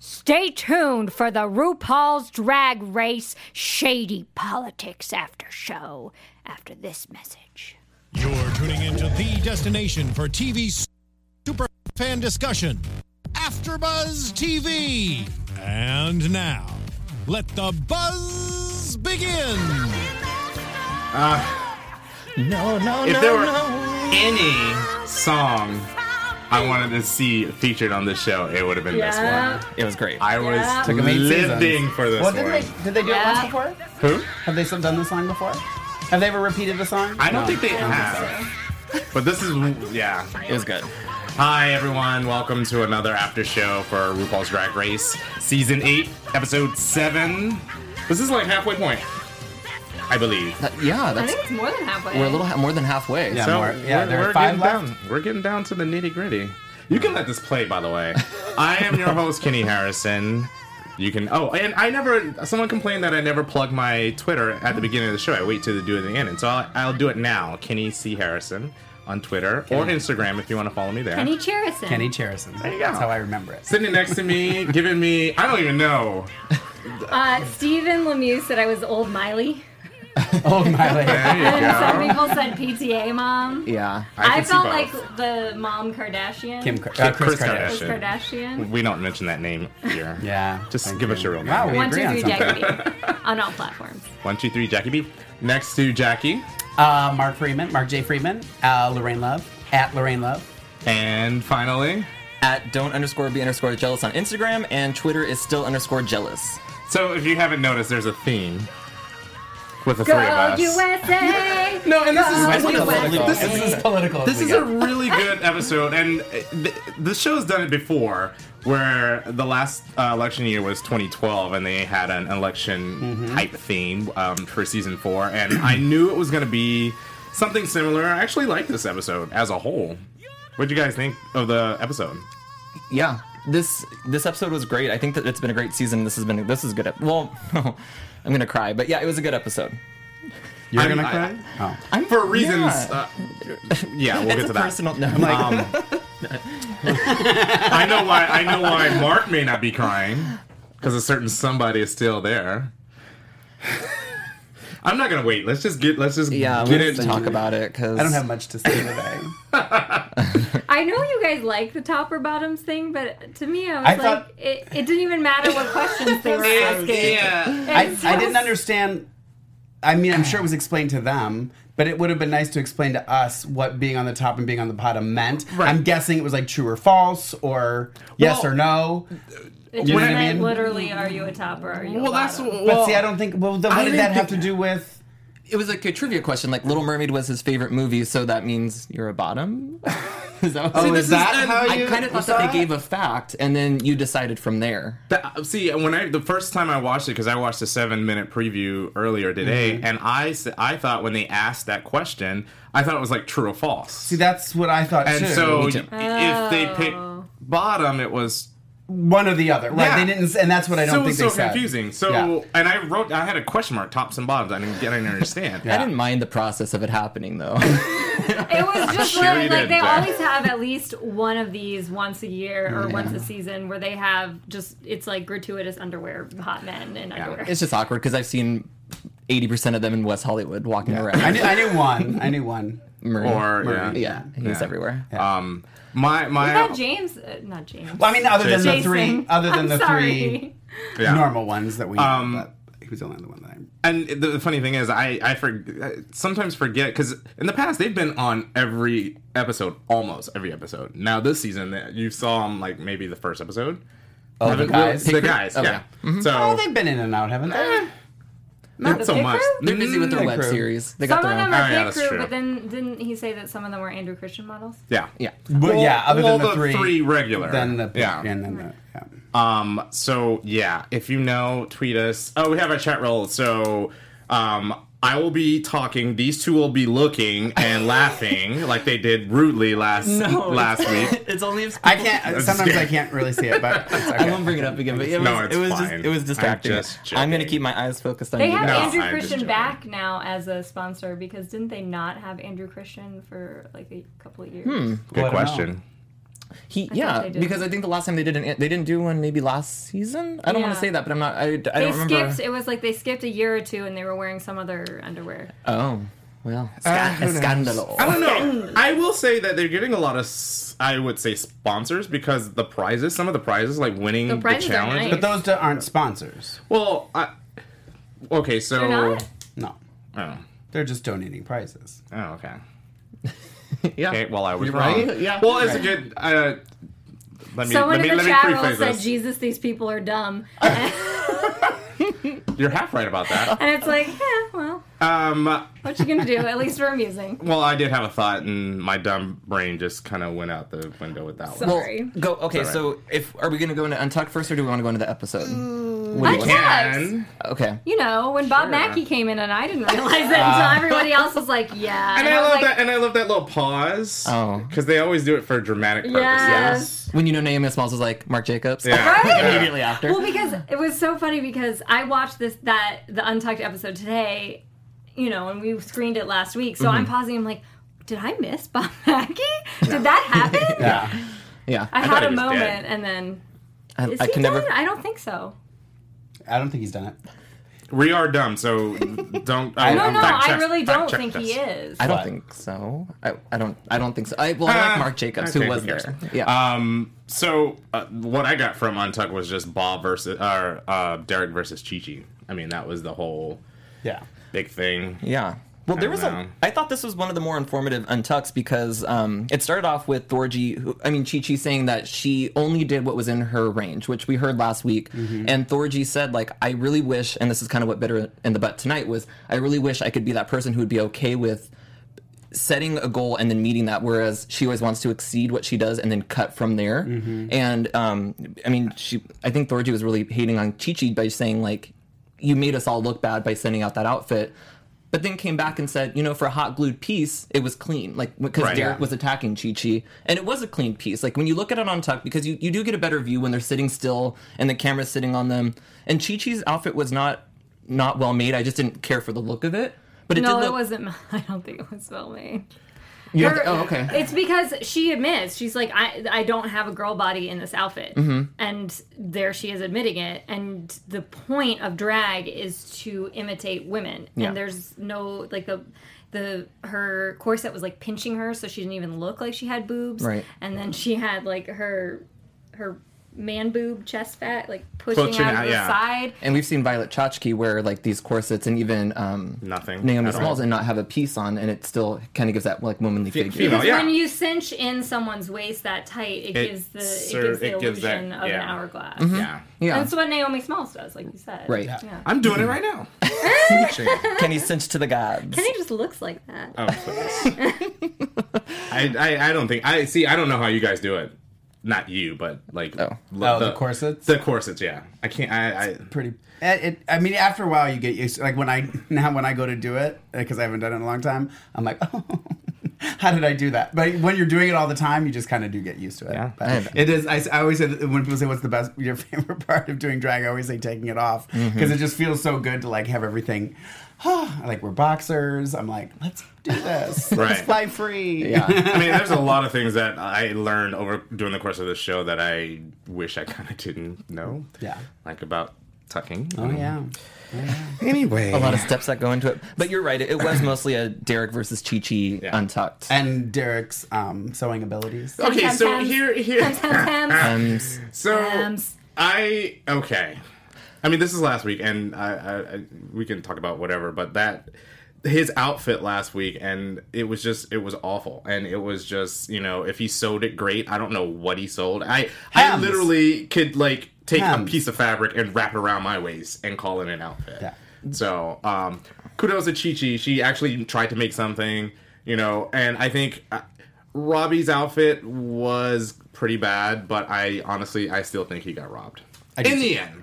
Stay tuned for the RuPaul's Drag Race Shady Politics After Show after this message. You're tuning into the destination for TV super fan discussion, AfterBuzz TV. And now, let the buzz begin. No, no, If no, there were no. any song I wanted to see featured on this show, it would have been this one. It was great. I was Took 'em eight living seasons. for this well, one. didn't they, did they do Yeah. it once before? Who? Have they some- done this song before? Have they ever repeated the song? I don't No. think they have. But this is, yeah. It was good. Hi, everyone. Welcome to another after show for RuPaul's Drag Race, Season 8, Episode 7. This is like halfway point, I believe. That- yeah, I that's think it's more than halfway. we're a little ha- more than halfway. Yeah. So more- we're, there are we're five getting down. We're getting down to the nitty gritty. You can let this play, by the way. I am your host, Kenny Harrison. You can. Oh, and I never. Someone complained that I never plug my Twitter at the beginning of the show. I wait till to do it at the end, and so I'll, I'll do it now. Kenny C Harrison on Twitter or Instagram if you want to follow me there. Kenny Cherison. Kenny Cherison. There you go. That's how I remember it. Sitting next to me, giving me. I don't even know. Uh, Stephen Lemieux said I was old Miley. Oh my god. There you And some go. people said PTA mom. Yeah. I can I, see felt both. like the mom Kardashian. Kim, Kar- uh, Chris Kris Kardashian. Kardashian. Kris Kardashian. We don't mention that name here. Yeah. Just thank give us your real Wow, name. we One, two, agree on three, something. Jackie B. On all platforms. One, two, three, Jackie B. Next to Jackie. Uh, Mark Freeman, Mark J. Freeman, uh, Lorraine Love, at Lorraine Love. And finally, At don't underscore be underscore jealous on Instagram and Twitter is still underscore jealous. so if you haven't noticed, there's a theme with the Go three of us. USA! No, and this is Go this is- this USA! is This is political. this as we is get. a really good episode, and uh, th- the show's done it before, where the last uh, election year was 2012, and they had an election Mm-hmm. type theme um, for season four, and I knew it was going to be something similar. I actually like this episode as a whole. What would you guys think of the episode? Yeah. This this episode was great. I think that it's been a great season. This has been this is good. ep- Well, I'm gonna cry, but yeah, it was a good episode. You're I'm- gonna I- cry? Oh. I'm For reasons, Yeah. uh, yeah, we'll get it's to a that. personal. No, Um, I know why. I know why Mark may not be crying because a certain somebody is still there. I'm not gonna wait. Let's just get. Let's just yeah, get let's it. talk about it because I don't have much to say today. I know you guys like the top or bottoms thing, but to me, I was I like, thought- it, it didn't even matter what questions they were asking. I, I didn't understand. I mean, I'm sure it was explained to them, but it would have been nice to explain to us what being on the top and being on the bottom meant. Right. I'm guessing it was like true or false, or yes Well, or no. It You just know what I meant mean? literally, are you a top or are you Well, a that's. bottom? Well, But see, I don't think. Well, then I what did didn't that have to think- do with? It was like a trivia question. Like Little Mermaid was his favorite movie, so that means you're a bottom. is that what Oh, this is is that an- how you? I kind of thought that they gave a fact, and then you decided from there. That, uh, see, when I the first time I watched it, because I watched a seven minute preview earlier today, Mm-hmm. and I s- I thought when they asked that question, I thought it was like true or false. See, that's what I thought and too. so Me too. if they pick bottom, it was one or the other, right? Yeah. They didn't, s- and that's what I don't so, think so they said. confusing. So, Yeah. and I wrote, I had a question mark, tops and bottoms. I didn't, I didn't understand. I didn't mind the process of it happening though. It was just sure you like, did, like they Jack. always have at least one of these once a year or once a season where they have just it's like gratuitous underwear, hot men and underwear. it's just awkward because I've seen 80% of them in West Hollywood walking around. I knew, I knew one. I knew one. Murray. Or Murray. yeah. yeah, he's everywhere. Um, my I my thought James, uh, not James. Well, I mean, other than the Jason. three, other than I'm the sorry. three yeah. normal ones that we. know, Um, but he was the only one that I. And the funny thing is, I I, for, I sometimes forget because in the past they've been on every episode, almost every episode. Now this season, you saw them like maybe the first episode. Oh, the guys? the guys, Okay. yeah. So Oh, they've been in and out, haven't Eh. they? not so The much. Pick Crew? They're busy with their Mm, web crew. series. They got Some their of own. them Oh, are yeah, fake that's crew, true. but then didn't he say that some of them were Andrew Christian models? Yeah, Yeah. But yeah, other Well, than the, three, regular, then the yeah, and then the yeah. Um, so yeah, if you know, tweet us. Oh, we have our chat roll. So, um, I will be talking. These two will be looking and laughing like they did rudely last last week. it's only if I can't. That's Sometimes scary. I can't really see it, but it's I okay. won't bring it up again, but it was, No, it's it was just fine. it was I'm distracting. just I'm gonna joking. keep my eyes focused on They you. No, have guys. Andrew I'm just Christian joking. back now as a sponsor Hmm. because didn't they not have Andrew Christian for like a couple of years? Good Well, I don't question. He yeah, they did. because I think the last time they did an, they didn't do one maybe last season. I don't want Yeah. to say that, but I'm not. I, I don't They remember. skipped. It was like they skipped a year or two, and they were wearing some other underwear. Oh well, sca- who knows? scandalo. I don't know. I will say that they're getting a lot of, s- I would say, sponsors because the prizes, some of the prizes, like winning The the, prizes are challenge. nice. But But those d- aren't sponsors. well, I, okay, They're so. not? No, Oh, they're just donating prizes. oh, okay. yeah. Okay, well, I was You're wrong. right. Yeah. Well, it's a good. Uh, let me Someone let me in the let me chat room preface said, this. "Jesus, these people are dumb," You're half right about that. and it's like, yeah, well, Um, what you gonna do? At least we're amusing. well, I did have a thought, and my dumb brain just kind of went out the window with that one. So- Sorry. go. Okay, It's all so if are we gonna go into Untuck first, or do we want to go into the episode? I What do you want? And, Okay. You know, when Bob Sure. Ah. Mackey came in, and I didn't realize it until everybody else was like, "Yeah," and I was love like, that. And I love that little pause. Oh. because they always do it for dramatic purposes. Yes. When you know Naomi Smalls was like Mark Jacobs. Yeah. Right? Immediately after. Uh-huh. Well, because it was so funny because I watched this that the Untucked episode today, you know, and we screened it last week. So Mm-hmm. I'm pausing. I'm like, did I miss Bob Mackey? Did that happen? Yeah, yeah. I, I, thought had he a was moment, dead. and then I, is he can dead? never. I don't think so. I don't think he's done it. We are dumb, so don't. I, No, I'm no, fact I check- really fact don't check think this. he is. I don't think so. I, I don't. I don't think so. I well, I Ah, like Mark Uh, Jacobs, Uh, okay, who was who cares? there. Yeah. Um, so uh, what I got from Untuck was just Bob versus or uh, Derek versus Chi Chi. I mean, that was the whole Yeah, big thing. Yeah. Well, there I was don't a. know. I thought this was one of the more informative untucks because um, it started off with Thorgy, who, I mean, Chi Chi saying that she only did what was in her range, which we heard last week. And Thorgy said, like, I really wish, and this is kind of what Bitter in the Butt tonight was, I really wish I could be that person who would be okay with setting a goal and then meeting that, whereas she always wants to exceed what she does and then cut from there. And um, I mean, she, I think Thorgy was really hating on Chi Chi by saying, like, you made us all look bad by sending out that outfit. But then came back and said, you know, for a hot glued piece, it was clean. Like, because Right. Derek was attacking Chi Chi, and it was a clean piece. Like, when you look at it on Tuck, because you, you do get a better view when they're sitting still and the camera's sitting on them. And Chi Chi's outfit was not not well made. I just didn't care for the look of it. But it no, did it look. wasn't. mine. I don't think it was well made. you Her- oh, okay. It's because she admits she's like I I don't have a girl body in this outfit, Mm-hmm. and there she is admitting it. And the point of drag is to imitate women, Yeah. and there's no like the the her corset was like pinching her, so she didn't even look like she had boobs. Right. and then she had like her her man boob chest fat like pushing Pushing out, out, of the yeah. side. And we've seen Violet Chachki wear like these corsets and even um, Nothing Naomi at all. Smalls and not have a piece on, and it still kind of gives that like womanly figure. Female, Oh, yeah. When you cinch in someone's waist that tight, it, It gives the ser- it gives the it gives that- illusion of an yeah. hourglass. Mm-hmm. yeah. Yeah, That's what Naomi Smalls does, like you said. right. Yeah. I'm doing it Mm-hmm. right now. Kenny cinch to the gods. Kenny just looks like that. Oh, please. I, I I don't think I see. I don't know how you guys do it. Not you, but like Oh. lo- Oh, the corsets? The corsets, yeah. I can't. I, I pretty. eh, It, it, I mean, after a while, you get used. To, like when I now when I go to do it because I haven't done it in a long time, I'm like, oh, how did I do that? But when you're doing it all the time, you just kind of do get used to it. Yeah. But I have- it is. I, s- I always say that when people say what's the best, your favorite part of doing drag, I always say taking it off because it just feels so good to like have everything. like we're boxers. I'm like, let's do this. Let's Right. fly free. Yeah. I mean, there's a lot of things that I learned over during the course of this show that I wish I kind of didn't know. Yeah. Like about tucking. Oh yeah. Anyway. A lot of steps that go into it. But you're right. It, it was mostly a Derek versus Chi Chi untucked. And Derek's um, sewing abilities. Okay, Tam, so tam, here, here, Sometimes Um, so Tams. I okay. I mean, this is last week, and I, I, I we can talk about whatever, but that his outfit last week, and it was just it was awful, and it was just you know if he sold it great, I don't know what he sold. I I Hems. literally could like take a Hems. piece of fabric and wrap it around my waist and call it an outfit. Yeah. So, um, kudos to Chi Chi. She actually tried to make something, you know, and I think uh, Robbie's outfit was pretty bad, but I honestly, I still think he got robbed. In the end.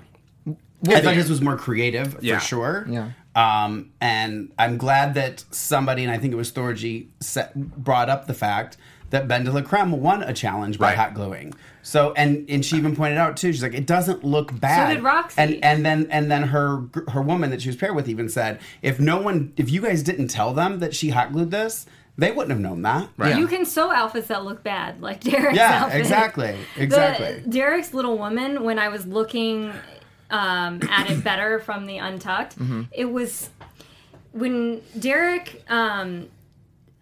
I thought his was more creative Yeah. for sure. Yeah. Um, and I'm glad that somebody, and I think it was Thorgy, set, brought up the fact that Ben de la Creme won a challenge by Right. hot gluing. So, and and she even pointed out too. She's like, it doesn't look bad. did Roxy. And and then and then her her woman that she was paired with even said, if no one, if you guys didn't tell them that she hot glued this. They wouldn't have known that. Right. You can sew outfits that look bad, like Derek's Yeah, outfit. exactly, The- exactly. Derek's little woman, when I was looking um, at it better from the Untucked, it was when Derek, um,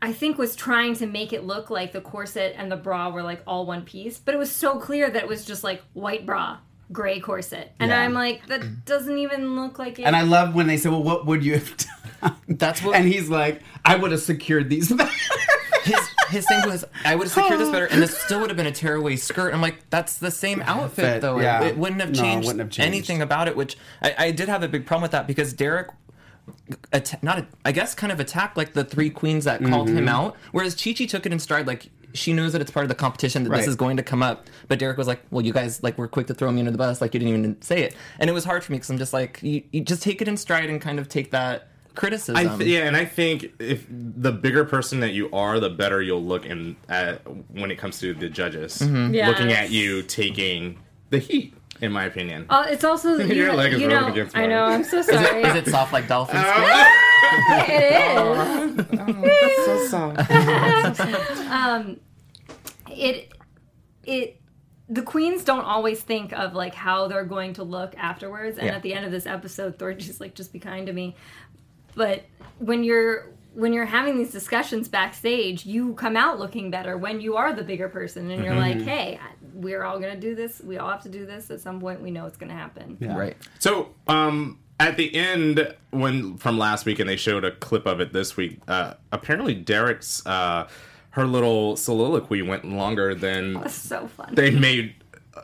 I think, was trying to make it look like the corset and the bra were like all one piece, but it was so clear that it was just like white bra, gray corset. And Yeah. I'm like, that doesn't even look like it. And I love when they say, "Well, what would you have done?" That's what- And he's like, "I would have secured these." better." his his thing was I would have secured this better, and this still would have been a tearaway skirt. I'm like, that's the same outfit Fit, though. yeah. It, wouldn't have No, it changed wouldn't have changed. anything about it. Which I, I did have a big problem with that because Derek. At- not a, I guess kind of attacked like the three queens that called Mm-hmm. him out, whereas Chi Chi took it in stride. Like she knows that it's part of the competition that Right. this is going to come up. But Derek was like, "Well, you guys like were quick to throw me under the bus. Like you didn't even say it." And it was hard for me because I'm just like, you, you just take it in stride and kind of take that criticism. I th- yeah, and I think if the bigger person that you are, the better you'll look in at when it comes to the judges Yeah. looking at you taking the heat. In my opinion, Uh, it's also you, Your leg is you rubbed know, against I mine. know. I'm so sorry. Is it soft like dolphins? Oh. it is. so sorry. Um, it it the queens don't always think of like how they're going to look afterwards and Yeah. at the end of this episode thorgy's like just be kind to me but when you're when you're having these discussions backstage you come out looking better when you are the bigger person and you're like Mm-hmm. hey I- we're all going to do this we all have to do this at some point we know it's going to happen right. So, um, at the end, when from last week, and they showed a clip of it this week. Uh, apparently, Derek's uh, her little soliloquy went longer than it's so fun they made.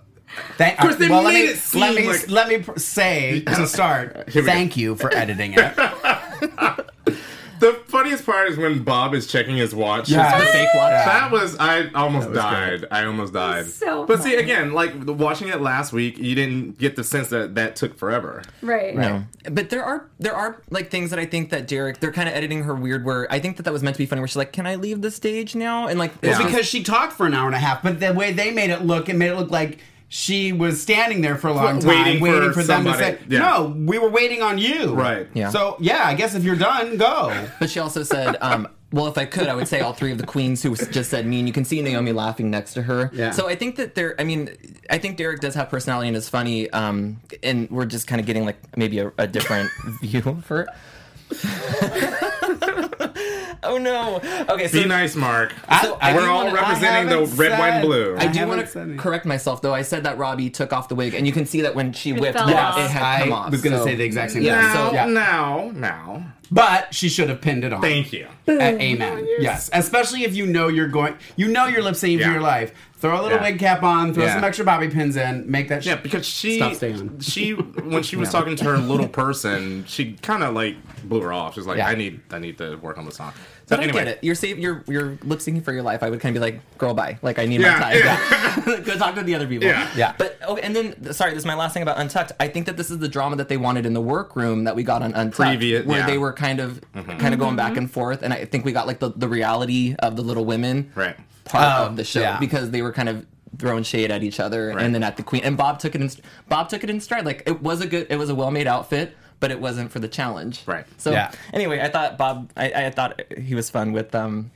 Thank, of course, they well, let made me, it seem let me, like- let me pr- say to start. Here we go. thank you for editing it. The funniest part is when Bob is checking his watch. Yeah. The fake watch. That was I almost was died. I almost died. was so but see fun. again, like watching it last week, you didn't get the sense that that took forever. right, No. But there are there are like things that I think that Derek they're kind of editing her weird. Where I think that that was meant to be funny. Where she's like, "Can I leave the stage now?" And like, it's Yeah. just- because she talked for an hour and a half, but the way they made it look, it made it look like she was standing there for a long time, Waiting waiting, for for, them to somebody. say, Yeah. "No, we were waiting on you." Right. Yeah. So yeah, I guess if you're done, go. but she also said, um, "Well, if I could, I would say all three of the queens who just said me." And you can see Naomi laughing next to her. Yeah. So I think that there. I mean, I think Derek does have personality and is funny. Um, and we're just kind of getting like maybe a, a different view of her. oh no. Okay. So Be nice, Mark. So I- We're do all wanna- representing the haven't red, white, and said- blue. I I do haven't want said to it. correct myself, though. I said that Robbie took off the wig, and you can see that when she whipped, fell yeah, off. it had I come off. was going to so- say the exact same Yeah, thing. now, so- yeah. now, now. But she should have pinned it on. Thank you. A- Uh, amen. Yes. Especially if you know you're going, you know you're lip syncing Yeah. for your life. Throw a little Yeah. wig cap on, throw Yeah. some extra bobby pins in, make that Yeah, shit. because she Stop staying on. she when she was talking to her little person, she kind of like blew her off. She's like, Yeah. "I need I need to work on the song." So But anyway, I get it. You're safe. You're you're lip syncing for your life. I would kind of be like, girl, bye. Like I need Yeah, my time. yeah. Go talk to the other people. Yeah. Yeah. But okay, and then sorry, this is my last thing about Untucked. I think that this is the drama that they wanted in the workroom that we got on Untucked, Previous- where yeah. they were kind of kind of Mm-hmm. going back and forth, and I think we got like the, the reality of the Little Women Right. part Oh, of the show yeah. because they were kind of throwing shade at each other, Um, Right. and then at the Queen and Bob took it in Bob took it in stride. Like it was a good, it was a well made outfit. But it wasn't for the challenge, Right. So Yeah. anyway, I thought Bob, I, I thought he was fun with um,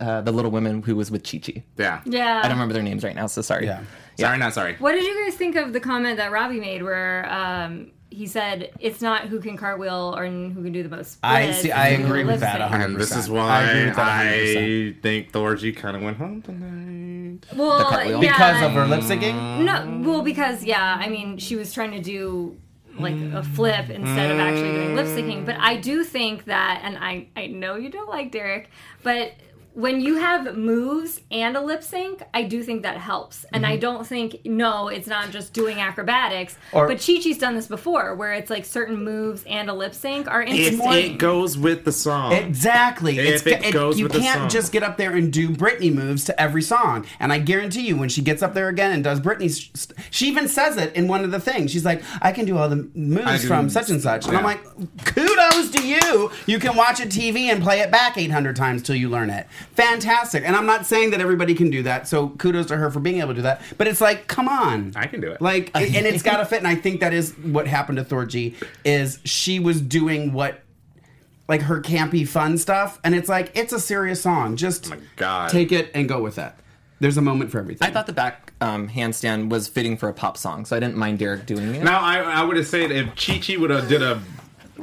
uh, the little woman who was with Chi Chi. yeah. yeah I don't remember their names right now, so sorry. Yeah. Sorry, not sorry. What did you guys think of the comment that Robbie made where um, he said it's not who can cartwheel or who can do the most? I splits, see. I it's who agree with lives that. there." 100%. And this is I why agree with that. I, think Thorgy kind of went home tonight. Well, cartwheel. yeah, Because of her lip syncing? No, Um. well, because yeah, I mean, she was trying to do like Mm. a flip instead of actually doing lip syncing. But I do think that, and I I know you don't like Derek, but when you have moves and a lip sync, I do think that helps. And Mm-hmm. I don't think no, it's not just doing acrobatics. Or- but Chi Chi's done this before, where it's like certain moves and a lip sync are It, intertwined. it goes with the song. Exactly. If it goes you with the can't song. just get up there and do Britney moves to every song. And I guarantee you, when she gets up there again and does Britney, st- she even says it in one of the things. She's like, "I can do all the moves can- from such and such," and I'm yeah. like, "Kudos to you! You can watch a TV and play it back 800 times till you learn it. Fantastic!" And I'm not saying that everybody can do that, so kudos to her for being able to do that. But it's like, come on, I can do it. Like, and and it's got to fit. And I think that is what happened to Thorgy. Is she was doing what like her campy fun stuff, and it's like it's a serious song. Just Oh my God. take it and go with it. There's a moment for everything. I thought the back um, handstand was fitting for a pop song, so I didn't mind Derek doing it. Now I, I would have said if Chi Chi would have did a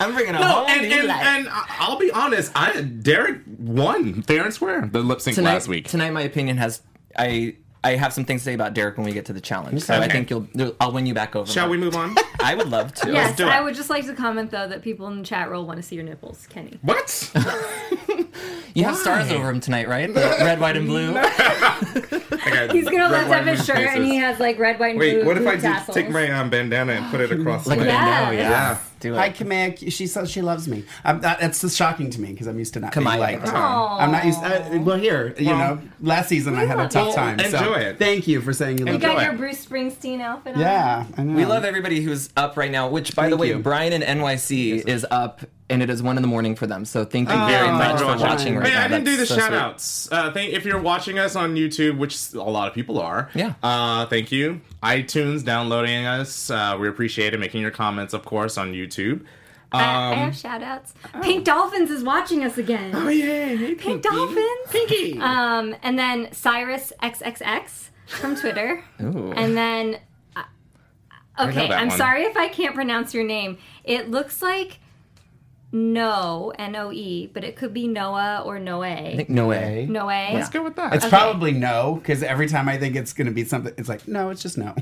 I'm bringing a no, whole and, new and, life. and I- I'll be honest, I Derek won fair and square the lip sync tonight, last week. Tonight, my opinion has I I have some things to say about Derek when we get to the challenge. So I Okay. think you'll I'll win you back over. Shall Mark. we move on? I would love to. Yes, do it. I would just like to comment though that people in the chat roll want to see your nipples, Kenny. what? You have stars over him tonight, right? The red, white, and blue. Okay, He's gonna red, lift white, up his blue shirt and faces. he has like red, white, and blue. Wait, what if blue I just tassels. take my um, bandana and put it across? Like my- a bandana, Yeah. yeah. Yeah. Do it. Hi, Kamek. She says she loves me. I'm, that, that's just shocking to me because I'm used to not Kamaya. being liked. Aw. I'm not used. Uh, well, here, you Well, know, last season I had a love tough it. time. so Enjoy it. Thank you for saying you You love Enjoy me. got it. your Bruce Springsteen outfit on. Yeah, I know. We love everybody who's up right now, which, by the Thank way, you. Brian in NYC is up, and it is one in the morning for them. So thank you very Thank much you for very much. watching right Hey, now. I didn't do the That's so shout sweet. outs. Uh, thank, if you're watching us on YouTube, which a lot of people are, Yeah. Uh, thank you. iTunes downloading us. Uh, we appreciate it. Making your comments, of course, on YouTube. Um, I, I have shout outs. Oh. Pink Dolphins is watching us again. Oh, yeah. Hey, Pinky. Pink Dolphins. Pinky. Um, and then Cyrus XXX from Twitter. Ooh. And then, uh, okay, that I'm one. sorry if I can't pronounce your name. It looks like No N O E, but it could be Noah or I Noe. think no way. Noe. Let's go with that. Uh, It's probably no because every time I think it's going to be something, it's like no, it's just no.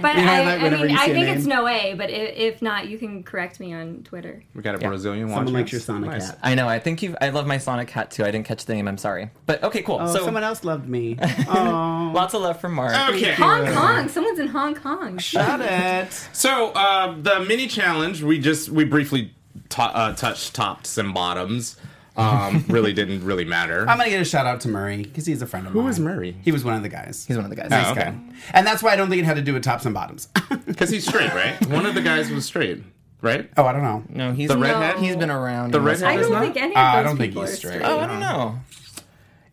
But You know, I, like, I whenever mean, you see I a think name. it's Noe. But if, if not, you can correct me on Twitter. we got a Brazilian watch. Someone likes your us. Sonic Nice. hat. I know. I think you. I love my Sonic hat too. I didn't catch the name. I'm sorry. But okay, cool. Oh, so someone else loved me. Oh, lots of love from Mark. Okay. Hong Kong. Someone's in Hong Kong. got it. So uh, the mini challenge, we just we briefly t- uh, touched tops and bottoms. Um, really didn't really matter. I'm gonna give a shout out to Murray because he's a friend of mine. Who is Murray? He was one of the guys. He's one of the guys. Nice. Nice Oh, Okay. guy. And that's why I don't think it had to do with tops and bottoms. Because he's straight, right? One of the guys was straight, right? oh, I don't know. No, he's The no. redhead? He's been around. The in this redhead? I world. It's don't not- think any of Uh, those I don't think people he's are straight. straight. Oh, I don't know.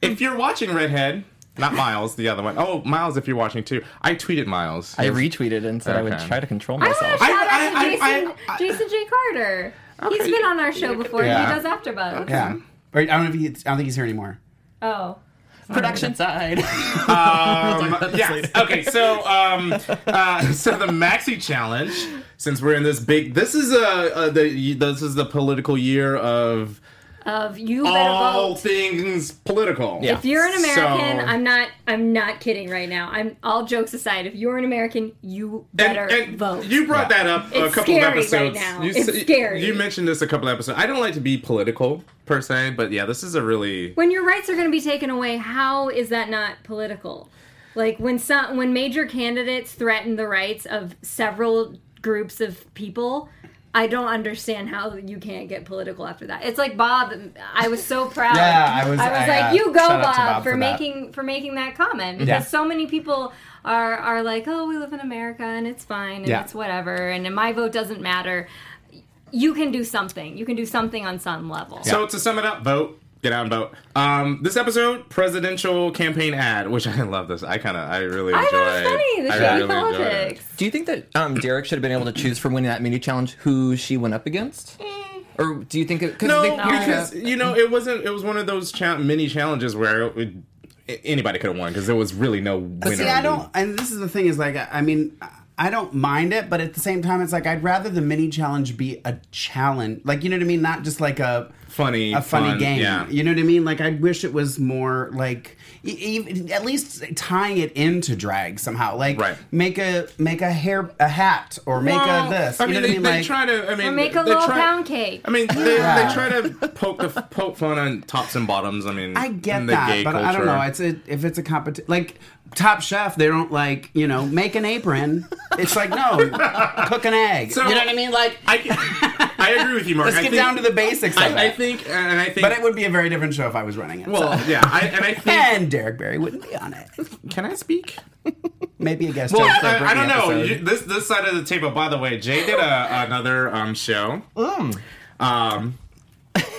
If you're watching Redhead, not Miles, the other one. Oh, Miles, if you're watching too. I tweeted Miles. I retweeted and said I would Okay. try to control I want myself. to shout I- out to I- I- Jason, I- Jason J. Carter. Okay. He's been on our show before. Yeah. He does AfterBuzz. Yeah. Or I don't know if he, I don't think he's here anymore. Oh. Production side. Um, yes. Okay. So, um, uh, so the maxi challenge. Since we're in this big, this is a uh, the this is the political year of Of you better all vote. things political. Yeah. if you're an American, Oh, So- I'm not. I'm not kidding right now. I'm all jokes aside. If you're an American, you And- better and vote. You brought that up a It's couple of scary right episodes. now. You, It's s- scary. You mentioned this a couple of episodes. I don't like to be political per se, but yeah, this is a really when your rights are going to be taken away, how is that not political? Like when some when major candidates threaten the rights of several groups of people. I don't understand how you can't get political after that. It's like Bob. I was so proud. Yeah, I was- I was I, like, uh, you go, shout out to Bob, Bob for, for that. making for making that comment because Yeah. so many people are are like, oh, we live in America and it's fine and Yeah. it's whatever and my vote doesn't matter. You can do something. You can do something on some level. So to sum it up, vote. Get out and vote. Um, this episode, presidential campaign ad, which I love this. I kind of, I really enjoy. I thought it was funny. The shady enjoyed it. politics. Do you think that um, Derek should have been able to choose from winning that mini challenge who she went up against? Or do you think it? Cause No, they- because you know it wasn't. It was one of those cha- mini challenges where it, would- anybody could have won because there was really no winner. See, I don't. And this is the thing is like, I I mean, I don't mind it, but at the same time, it's like I'd rather the mini challenge be a challenge. Like you know what I mean? Not just like a Funny, a funny fun, game. yeah. You know what I mean? Like I wish it was more like. e- e- At least tying it into drag somehow, like Right. make a make a hair a hat or make Well, a this. I you mean, they, know what I mean? they like, try to. I mean, Or make a they little try- pound cake. I mean, they, Yeah. they try to poke the poke fun on tops and bottoms. I mean, I in get the that, gay but I don't culture. know. It's a, if it's a competition, like Top Chef, they don't like you know make an apron. It's like no, cook an egg. So- you know what I mean? Like I, I agree with you, Mark. let's I get think- down to the basics. Of it. I, I think, and I think, but it would be a very different show if I was running it. well, so. yeah, I, and I think. and Derek Barry wouldn't be on it. Can I speak? Maybe a guest Well, host. for I, I Britney don't know. episode. You, this this side of the table. By the way, Jay did a, another um, show. Mm. Um,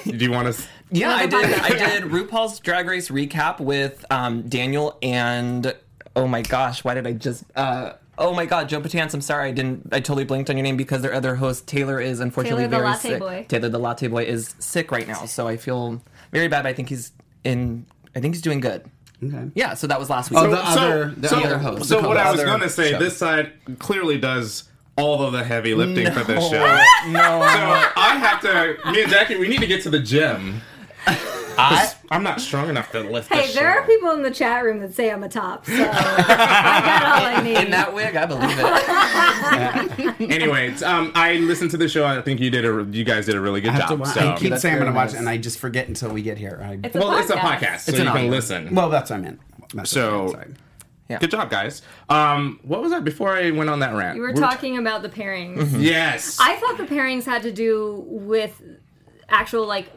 do you want to? yeah, I did. I did RuPaul's Drag Race recap with um, Daniel and oh my gosh, why did I just? Uh, Oh my God, Joe Patanz, I'm sorry, I didn't. I totally blinked on your name because their other host Taylor is unfortunately Taylor the very Latte sick. Boy. Taylor the Latte Boy is sick right now, so I feel very bad. But I think he's in. I think he's doing good. Okay. Yeah, so that was last week. Oh, the other- the other host. So The what I was other gonna say, show. this side clearly does all of the heavy lifting for this show. Oh, no, So I have to. Me and Jackie, we need to get to the gym. I, I'm not strong enough to lift. Hey, this there show. are people in the chat room that say I'm a top, so I got all I need. in that wig, I believe it. Anyway, it's, um, I listened to the show. I think you did a. You guys did a really good I, have to job. wa- so I keep uh, That's saying I'm very gonna watch, nice. it and I just forget until we get here. I, It's a well, it's a podcast. podcast, so you It's an can audio. listen. well, that's what I meant. That's So- what I meant, sorry. good job, guys. Um, what was that before I went on that rant? you were We talking about the pairings. Mm-hmm. Yes. I thought the pairings had to do with actual like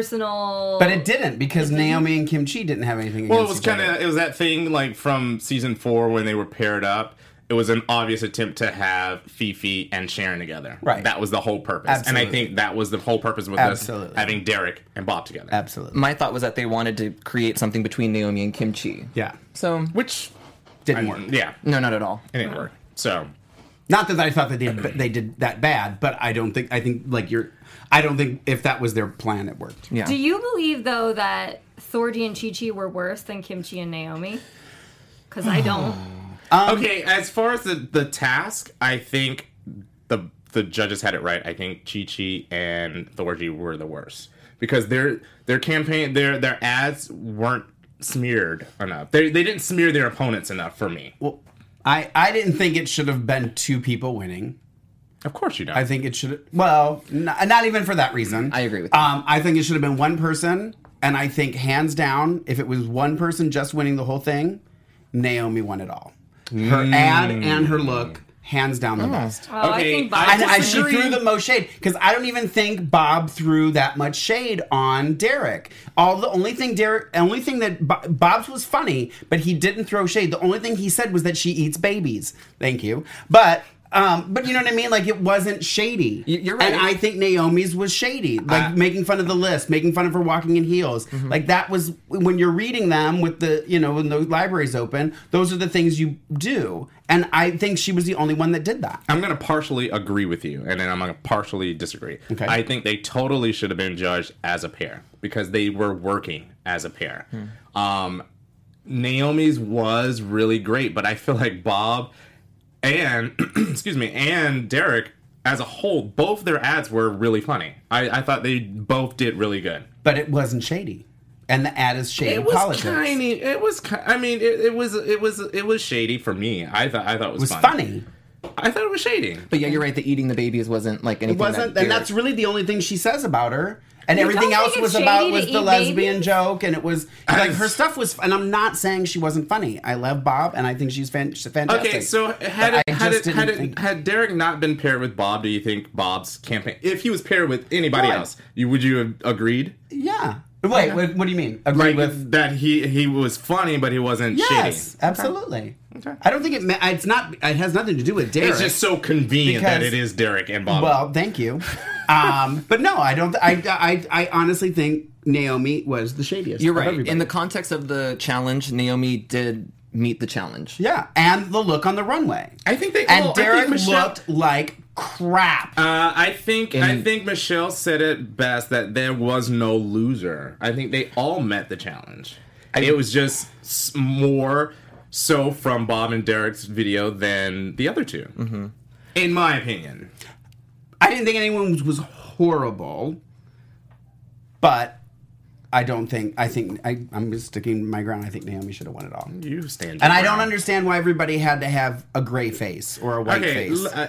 personal. but it didn't because Naomi and Kim Chi didn't have anything. Well, it was against kind each of other. it was that thing like from season four when they were paired up. It was an obvious attempt to have Fifi and Sharon together. Right. That was the whole purpose, and I Absolutely. think that was the whole purpose with Absolutely. this having Derek and Bob together. absolutely. My thought was that they wanted to create something between Naomi and Kimchi. Yeah, So Which didn't work. yeah, no, not at all. it didn't work. So Not that I thought they did they did that bad, but I don't think I think like you're. I don't think if that was their plan, it worked. Yeah. do you believe though that Thorgy and Chi Chi were worse than Kimchi and Naomi? Because I don't. Um, okay, as far as the the task, I think the the judges had it right. I think Chi Chi and Thorgy were the worst because their their campaign their their ads weren't smeared enough. They they didn't smear their opponents enough for me. Well, I I didn't think it should have been two people winning. Of course you don't. I think it should. Well, not, not even for that reason. I agree with you. Um, I think it should have been one person, and I think hands down, if it was one person just winning the whole thing, Naomi won it all. Her Mm. ad and her look, hands down, the best. Oh, I Okay, think Bob. And I I, she disagree. threw the most shade because I don't even think Bob threw that much shade on Derek. All the only thing Derek, only thing that Bo- Bob's was funny, but he didn't throw shade. The only thing he said was that she eats babies. Thank you, but. Um, but you know what I mean? Like it wasn't shady. Y- you're right. And I think Naomi's was shady. Like making fun of the list, making fun of her walking in heels. Mm-hmm. Like that was when you're reading them with the, you know, when the library's open, those are the things you do. And I think she was the only one that did that. I'm going to partially agree with you, and then I'm going to partially disagree. Okay. I think they totally should have been judged as a pair because they were working as a pair. Hmm. Um, Naomi's was really great, but I feel like Bob and excuse me and Derek as a whole, both their ads were really funny. I, I thought they both did really good. but it wasn't shady. And the ad is shady It was politics. kind It was. ki- I mean, it, it was. It was. It was shady for me. I thought. I thought it was, it was funny. I thought it was shady. But yeah, you're right. The eating the babies wasn't like anything. It wasn't, that and that's Derek- really the only thing she says about her. And You everything don't think else it's was shady about to was the eat lesbian babies? joke, and it was like her stuff was. And I'm not saying she wasn't funny. I love Bob, and I think she's fan, she's fantastic. Okay, so had But it, I had just it, had, didn't it, think- had Derek not been paired with Bob, do you think Bob's campaign, if he was paired with anybody Right. else, you would you have agreed? yeah. Wait, what, what do you mean? Agree Like with? that he he was funny, but he wasn't Yes, shady. absolutely. I don't think it. ma- It's not. It has nothing to do with Derek. It's just so convenient that Because- it is Derek and Bob. Well, thank you. Um, but no, I don't. I, I I honestly think Naomi was the shadiest. You're of right. everybody. In the context of the challenge, Naomi did meet the challenge. Yeah, and the look on the runway. I think they and all- I think Derek Michelle- looked like crap. Uh, I think I And- think Michelle said it best that there was no loser. I think they all met the challenge. it was just s- more so from Bob and Derek's video than the other 2 Mm-hmm. in my opinion. I didn't think anyone was, was horrible, but I don't think I think I, I'm just sticking my ground. I think Naomi should have won it all. You stand. And I don't understand why everybody had to have a gray face or a white Okay, face. l- uh,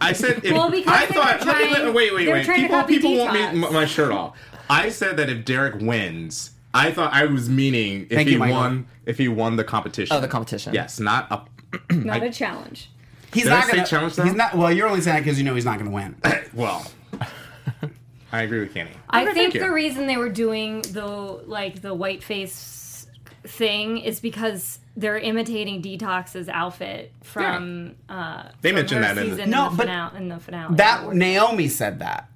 I, I said. If, Well, because I they thought. were let me- let- trying- wait, wait, they were wait. trying to People, copy people want me detox. m- my shirt off. I said that if Derek wins, I thought I was meaning if Thank he you, Michael. won, if he won the competition. Oh, the competition. Yes, not a. not a challenge. he's Did I not say going challenge to. them? He's not. Well, you're only saying that because you know he's not going to win. Well, I agree with Kenny. I Okay, think thank you. the reason they were doing the like the white face thing is because they're imitating Detox's outfit from uh They from mentioned her that in the- season in No, the but finale, in the finale. That Naomi said that.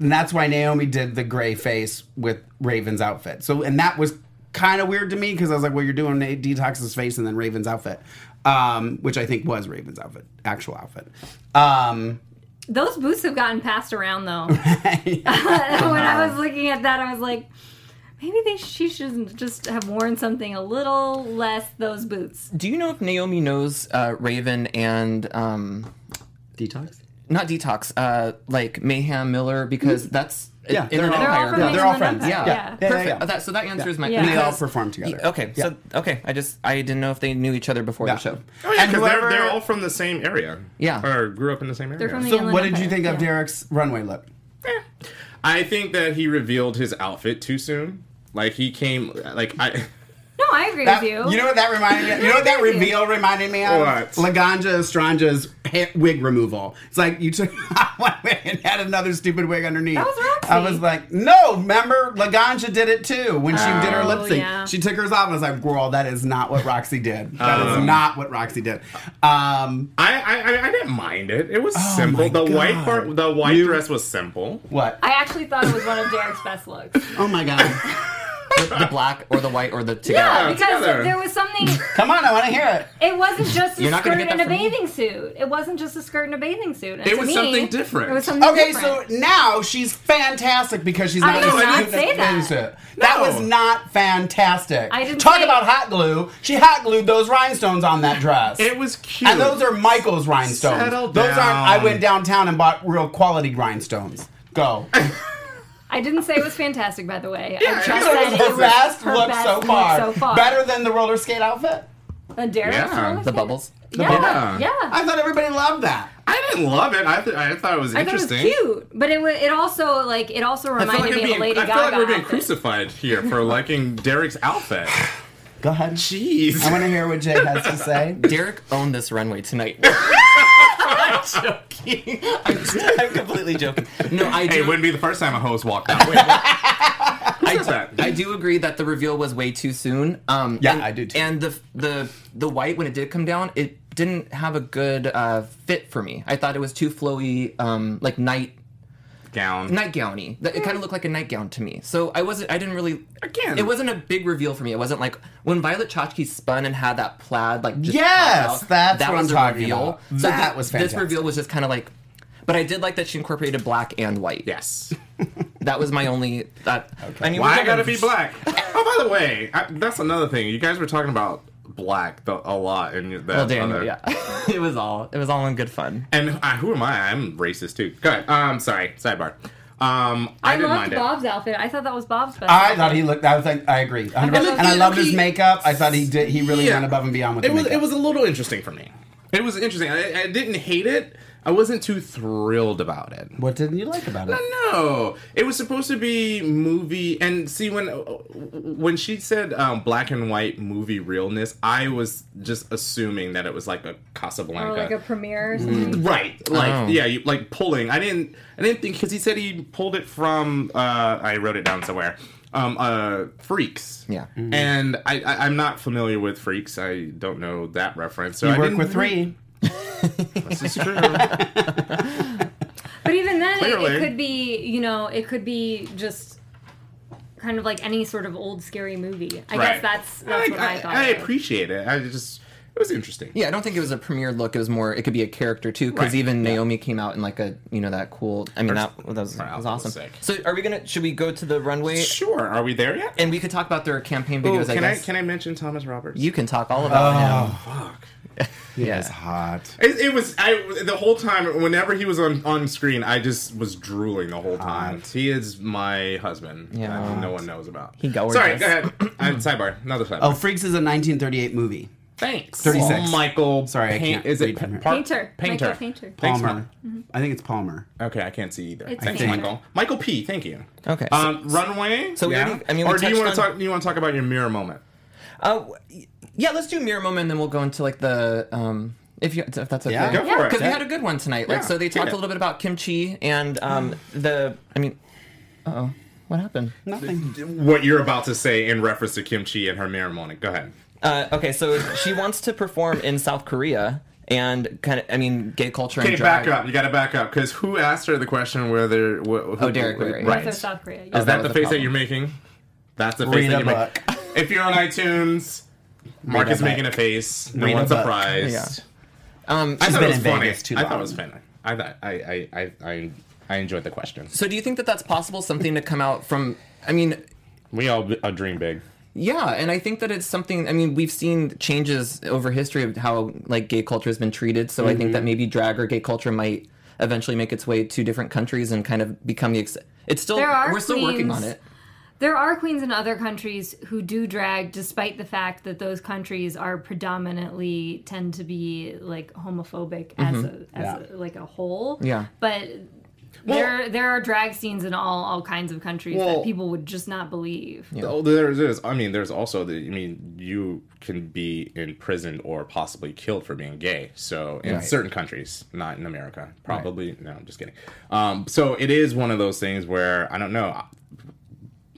And that's why Naomi did the gray face with Raven's outfit. So and that was kind of weird to me because I was like, well, you're doing a Detox's face and then Raven's outfit, um, which I think was Raven's outfit, actual outfit. Um, Those boots have gotten passed around though. when I was looking at that, I was like, maybe they she should just have worn something a little less those boots. Do you know if Naomi knows uh, Raven and um, Detox? not Detox, uh, like Mayhem Miller? Because that's Mm-hmm. Yeah, in they're an all- They're all empire. from Yeah, they're all England, friends. Empire. Yeah. yeah. Yeah, yeah, Perfect. yeah. Uh, that- so that answers my. Yeah. They all because- perform together. Okay, so okay, I just I didn't know if they knew each other before Yeah. the show. Oh yeah, And because they're, whoever- they're all from the same area. Yeah. or grew up in the same area. They're from the So, Inland what did you Empire, think of yeah. Derek's runway look? I think that he revealed his outfit too soon. Like he came, like I. No, I agree That- with you. know what that reminded me? You know what that Thank you. reveal reminded me of? What? Laganja Estranja's ha- wig removal. It's like you took off one wig and had another stupid wig underneath. That was Roxy. I was like, no, remember Laganja did it too when she did her lip sync. Oh, yeah. She took hers off and I was like, girl, that is not what Roxy did. That is not what Roxy did. Um, I, I I- I didn't mind it. It was simple. The God. white part, the white You- dress was simple. what? I actually thought it was one of Derek's best looks. oh my god! The black or the white or the together. Yeah, because together. there was something. Come on, I want to hear it. It wasn't just a You're not gonna skirt get and that a from me. bathing suit. It wasn't just a skirt and a bathing suit. And It to was me, something different. It was something Okay, so different. now she's fantastic because she's I not did a not student say that. that. That was not fantastic. I didn't Talk say- about hot glue. She hot glued those rhinestones on that dress. It was cute. and those are Michael's rhinestones. Settle those down. aren't. I went downtown and bought real quality rhinestones. Go. I didn't say it was fantastic, by the way. I just it said was it her was best her look best so look far. so far. Better than the roller skate outfit. And Derek's Yeah. roller The skate? bubbles. Yeah, bubble. yeah. I thought everybody loved that. I didn't love it. I, th- I thought it was I thought it was interesting. cute, but it wa- it also like it also I feel like, reminded I'm me of being, a Lady I feel Gaga. like we're being outfit. crucified here for liking Derek's outfit. Go ahead. Jeez. I want to hear what Jay has to say. Derek owned this runway tonight. I'm joking. I'm, I'm completely joking. No, I Hey, do. it wouldn't be the first time a host walked out. Wait, what? Who said that? I do agree that the reveal was way too soon. Um, Yeah, and- I do too. And the the the white when it did come down, it didn't have a good uh, fit for me. I thought it was too flowy, um, like night gown. nightgowny. That- It kind of looked like a nightgown to me. So I wasn't. I didn't really. Again. it wasn't a big reveal for me. It wasn't like when Violet Chachki spun and had that plaid like. Just Yes, pop out, that's what I'm a talking about. That thi- was This fantastic. reveal was just kind of like. But I did like that she incorporated black and white. Yes. That was my only. That. I mean, Why we're I gotta gonna- be black? Oh, by the way, I, that's another thing. You guys were talking about black the, a lot in your- that Well, Daniel, other- Oh, yeah. it was all. It was all in good fun. And I, who am I? I'm racist too. Go ahead. Um, sorry. Sidebar. Um, I, I didn't loved mind Bob's outfit. I thought that was Bob's best. I thought he looked. I was like, I agree, 100%. And the and I thing- loved his he- makeup. I thought he did. He it. really Yeah. went above and beyond with it the was. makeup. It was a little interesting for me. It was interesting. I, I didn't hate it. I wasn't too thrilled about it. what didn't you like about it? No, it was supposed to be movie. And see, when when she said um, black and white movie realness, I was just assuming that it was like a Casablanca, or Oh, like a premiere. Mm. Or something. right? Like Oh. yeah, you, like pulling. I didn't I didn't think because he said he pulled it from. Uh, I wrote it down somewhere. Um, uh, freaks. Yeah. Mm-hmm. Mhm. and I, I I'm not familiar with freaks. I don't know that reference. So You I work didn't with really- three. This is true. But even then, it, Clearly. it could be you know it could be just kind of like any sort of old scary movie. I guess Right. that's that's what I, thought. I it was. appreciate it. I just it was interesting. Yeah, I don't think it was a premiere look. It was more. It could be a character too, because Right. even Naomi came out in like a you know that cool. I mean that, that was, that outfit was was awesome. sick. So are we gonna? Should we go to the runway? Sure. Are we there yet? And we could talk about their campaign Ooh, videos. I can I, guess can I Oh, mention Thomas Roberts? you can talk all about him. fuck. Yeah. hot. It, it was I the whole time. Whenever he was on on screen, I just was drooling the whole time. He is my husband. Yeah. that no one knows about. He gorgeous. Sorry, go ahead. I, sidebar. Another sidebar. Oh, Freaks is a 1938 movie. thanks. Oh, 36. Michael. Sorry, I Pain- can't Is read it from here. Par- Painter. Painter. Michael Painter. Thanks, Palmer. I think it's Palmer. Okay, I can't see either. It's Thanks, Painter. Michael. Michael P. Thank you. Okay, so- Um, runway. so we already- I mean, we or do you touched want on- to talk? You want to talk about your mirror moment? Uh, yeah, let's do mirror moment, and then we'll go into like the um. If you, if that's okay, Yeah. Go for Yeah. it. Because we had a good one tonight. Like, Yeah, so they hit talked it. a little bit about kimchi and um the. I mean, uh oh, what happened? Nothing. What you're about to say in reference to Kimchi and her mirror moment. Go ahead. Uh, okay, so she wants to perform in South Korea and kind of, I mean, gay culture and Okay, drag. back up. You got to back up because who asked her the question whether? Wh- who, Oh, Derek Ray. Right. So Is South Korea. yeah. Is that was the face the that problem. you're making? That's the face Read that a you're book. making. If you're on iTunes, Mark Read is a book. making a face. No Read a one's book. surprised. Yeah. Um, I thought been it was in funny. Vegas too I thought it long. was funny. I thought I I I I, I enjoyed the question. so do you think that that's possible? Something to come out from? I mean, We all uh, dream big. Yeah, and I think that it's something. I mean, we've seen changes over history of how like gay culture has been treated. So I think that maybe drag or gay culture might eventually make its way to different countries and kind of become the. Ex- it's still There are we're still working on queens. it. There are queens in other countries who do drag, despite the fact that those countries are predominantly tend to be like homophobic as a, as a, like a whole. Mm-hmm. Yeah. but. there, there are drag scenes in all, all kinds of countries Well- that people would just not believe. Oh, there's, there's, I mean, there's also the. I mean, you can be in prison or possibly killed for being gay. So in certain countries, not in America, probably. No, I'm just kidding. Um, so it is one of those things where I don't know.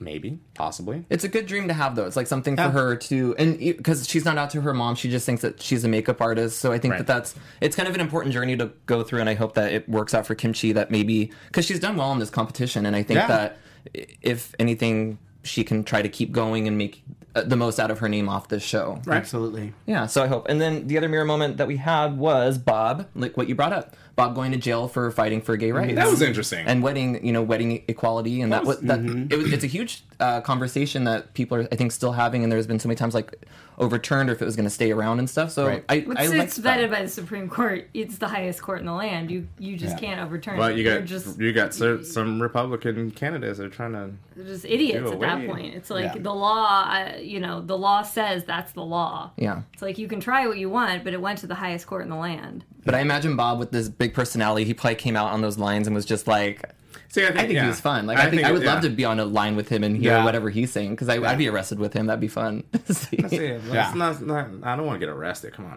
Maybe, possibly. It's a good dream to have, though. It's like something for her to, and because she's not out to her mom, she just thinks that she's a makeup artist. So I think Right. that that's it's kind of an important journey to go through, and I hope that it works out for Kimchi. That maybe because she's done well in this competition, and I think Yeah. that i- if anything, she can try to keep going and make uh, the most out of her name off this show. Absolutely. Yeah, so I hope. And then the other mirror moment that we had was Bob, like what you brought up, Bob going to jail for fighting for gay rights. That was interesting. And wedding, you know, wedding equality, and that was was- that. It was, it's a huge uh, conversation that people are, I think, still having, and there's been so many times like overturned or if it was going to stay around and stuff. So Right. I, It's, I it's liked that. vetted by the Supreme Court. It's the highest court in the land. You you just can't overturn But it. you They're got just, you got cer- some Republican candidates that are trying to. they're just idiots Do at that away. point. It's like Yeah. the law, uh, you know, the law says that's the law. Yeah. It's like you can try what you want, but it went to the highest court in the land. But I imagine Bob with this big personality, he probably came out on those lines and was just like, See, I think, I think yeah. he was fun. Like I, think, I would love to yeah. be on a line with him and hear Yeah. whatever he's saying because I'd be arrested with him. That'd be fun. See? See, let's Yeah. not- not- I don't want to get arrested. Come on.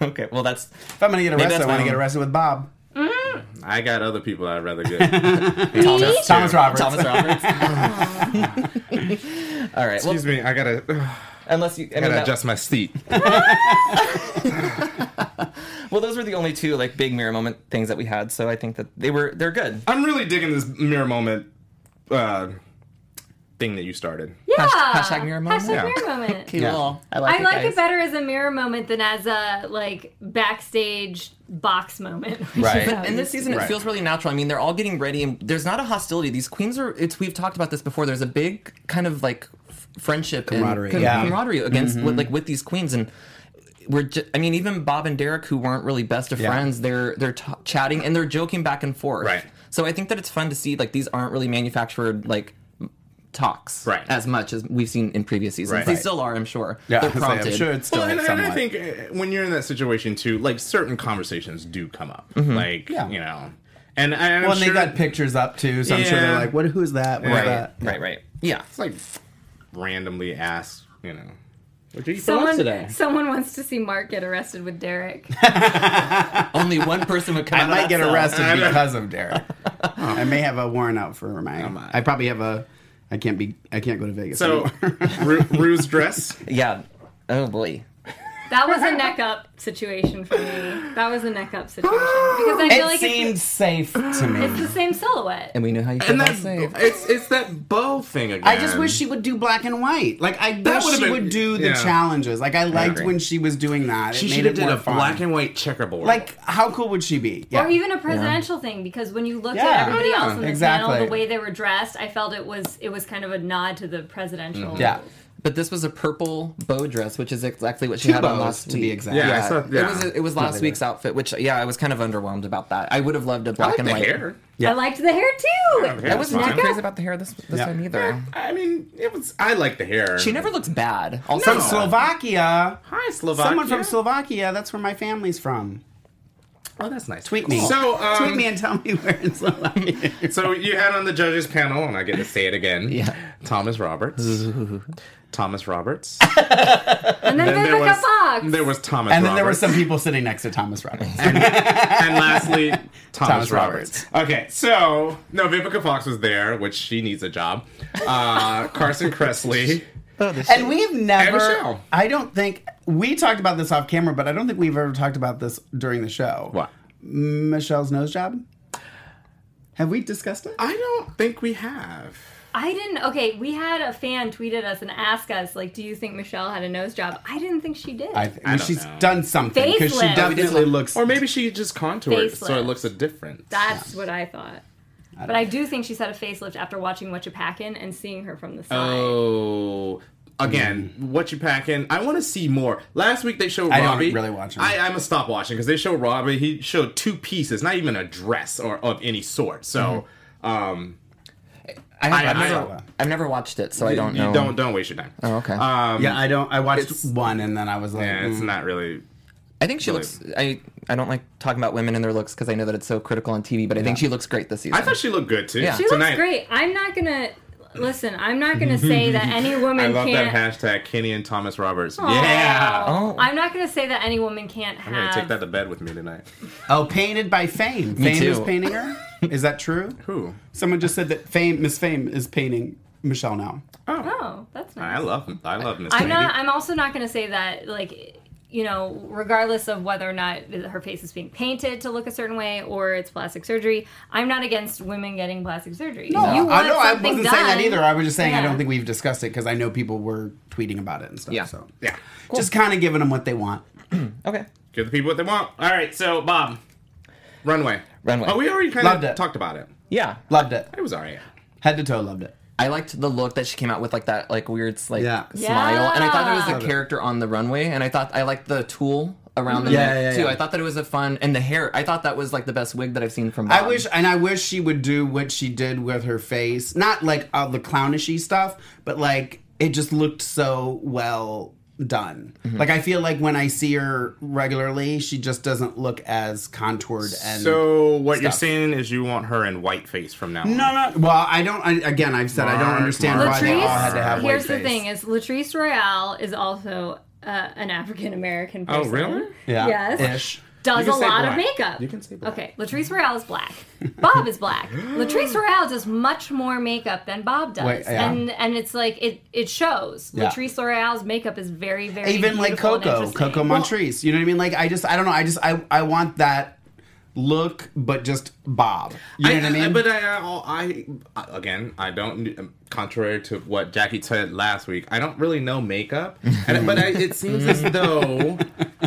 now. okay, well that's If I'm gonna get arrested, that's I want my to get own- arrested with Bob. I got other people I'd rather get. Thomas, Thomas Roberts. Thomas Roberts. All right. Well, Excuse me, I gotta, unless you, I mean, gotta that- adjust my seat. well, those were the only two like big mirror moment things that we had. So I think that they were they're good. I'm really digging this mirror moment uh, thing that you started. Yeah. hashtag mirror moment? Hashtag Yeah. mirror moment. Okay, well, I like I it. like guys. it better as a mirror moment than as a like backstage box moment. which Right. is But how In it this used to season, be. it feels really natural. I mean, they're all getting ready, and there's not a hostility. These queens are. It's we've talked about this before. There's a big kind of like f- friendship Camaraderie. Mm-hmm. and com- Yeah. camaraderie against with, like with these queens, and we're. Ju- I mean, even Bob and Derek, who weren't really best of friends, they're they're t- chatting and they're joking back and forth. Right. So I think that it's fun to see like these aren't really manufactured like m- talks Right. as much as we've seen in previous seasons. Right. They still are, I'm sure. Yeah, They're I'm prompted. sure it's still Well, and, and I somewhat. think uh, when you're in that situation too, like certain conversations do come up, like Yeah. you know, and, I- I'm well, and sure they got pictures up too, so I'm sure they're Yeah. like, "What? Who's that? What's Right. that?" Right. Right. Yeah. it's like randomly asked, you know, what you eat for lunch today? Someone, someone wants to see Mark get arrested with Derek. Only one person would come. I out of might that get cell. arrested because of Derek. I may have a warrant out for my. I probably have a. I can't be. I can't go to Vegas. Oh So, anymore. Ru- Rue's dress. Yeah. Oh boy. That was a neck up situation for me. That was a neck up situation because I feel it like seemed it's, safe to it's me. the same silhouette. And we know how you feel And about that's Save. it's it's that bow thing again. I just wish she would do black and white. Like I wish would've she been- would do the yeah. challenges. Like I liked agree. when she was doing that. It she made should have it did more a fun. black and white checkerboard. Like how cool would she be? Yeah. Or even a presidential thing, because when you looked Yeah. at everybody Yeah. else in the Exactly. panel, the way they were dressed, I felt it was it was kind of a nod to the presidential. Mm-hmm. yeah. But this was a purple bow dress, which is exactly what she Two had on bows, last to be week. exact. Yeah, I saw- It yeah. was it was last week's outfit, which yeah, I was kind of underwhelmed about that. I would have loved a I black like and the white. hair. Yeah. I liked the hair too. Okay, I that's wasn't fine. too crazy about the hair this this Yeah. time either. I mean, it was. I like the hair. She never looks bad. Also, From Slovakia. Hi, Slovakia. Someone from Slovakia. That's where my family's from. Oh, that's nice. Tweet me. So, um, tweet me and tell me where in Slovakia. So you had on the judges panel, and I get to say it again. Yeah. Thomas Roberts. Thomas Roberts. And And then, they there Vivica was Fox. there was Thomas. and then there were Roberts. some people sitting next to Thomas Roberts. and lastly, Thomas, Thomas Roberts. Okay, so no, Vivica Fox was there, which she needs a job. Uh, Carson Kressley. And we've never. Michelle. I don't think we talked about this off camera, but I don't think we've ever talked about this during the show. What? Michelle's nose job. Have we discussed it? I don't think we have. I didn't. Okay, we had a fan tweeted us and ask us, like, do you think Michelle had a nose job? I didn't think she did. I, th- I don't she's know. done something because she Facelift. definitely looks. Or maybe she just contoured it so it Facelift. looks a different. That's what I thought. but I do think she's had a facelift after watching What You Packin' and seeing her from the side. Oh. Again, what you packing? I want to see more. Last week they showed I don't Robbie. really watch him. I, I'm gonna stop watching because they showed Robbie. He showed two pieces, not even a dress or of any sort. So, um, I have, I- I've, I- never, I've never watched it, so I don't you know. don't don't waste your time. Oh, okay. Um, yeah, I don't. I watched It's- one and then I was like, yeah, it's mm. not really. I think she looks. I I don't like talking about women and their looks because I know that it's so critical on TV, but I think she looks great this season. I thought she looked good too. Yeah. She looks great. I'm not gonna listen. I'm not gonna say that any woman I love can't. that hashtag Kenny and Thomas Roberts. Aw. Yeah. Oh. I'm not gonna say that any woman can't have. I'm gonna take that to bed with me tonight. oh, painted by Fame. Fame is too. painting her. Is that true? Who? Someone just said that Fame Miss Fame is painting Michelle now. Oh, that's nice. I love I love Miss I'm Katie. not. I'm also not going to say that, like, you know, regardless of whether or not her face is being painted to look a certain way or it's plastic surgery, I'm not against women getting plastic surgery. No, Oh, you want I know I something wasn't done, saying that either. I was just saying I Yeah. don't think we've discussed it because I know people were tweeting about it and stuff. Yeah. So yeah. just kind of giving them what they want. okay. Give the people what they want. All right, so Bob, runway, Runway. Oh, we already kind Loved it. of talked about it. Yeah, Loved it. It was alright. Head to toe, loved it. I liked the look that she came out with, like that, like weird, like Yeah. smile, and I thought it was Love a it. character on the runway, and I thought I liked the tool around the Yeah, neck yeah, too. yeah. I thought that it was a fun and the hair. I thought that was like the best wig that I've seen from. I Um, Bob. wish, and I wish she would do what she did with her face. Not like all the clownishy stuff, but like it just looked so well done. Mm-hmm. Like I feel like when I see her regularly, she just doesn't look as contoured and. So what you're stuff. saying is you want her in whiteface from now? no, no. Well, I don't. I, again, I've said I don't Mark, understand Mark. why they all had to have Latrice. white Here's the face. thing: is Latrice Royale is also uh, an African American Oh, person. really? Yeah. Yes. Ish. does You a can say lot of black. makeup. You can say black. Okay, Latrice Royale is black. Bob is black. Latrice Royale does much more makeup than Bob does, Wait, yeah. and and it's like it it shows. Yeah. Latrice Royale's makeup is very very even like beautiful and Coco, interesting. Coco Montrese. you know what I mean? Like I just I don't know. I just I I want that look, but just Bob. You know what I mean? but I, I, I, again, I don't. um, Contrary to what Jackie said last week, I don't really know makeup. and, but I, it seems Mm-hmm. as though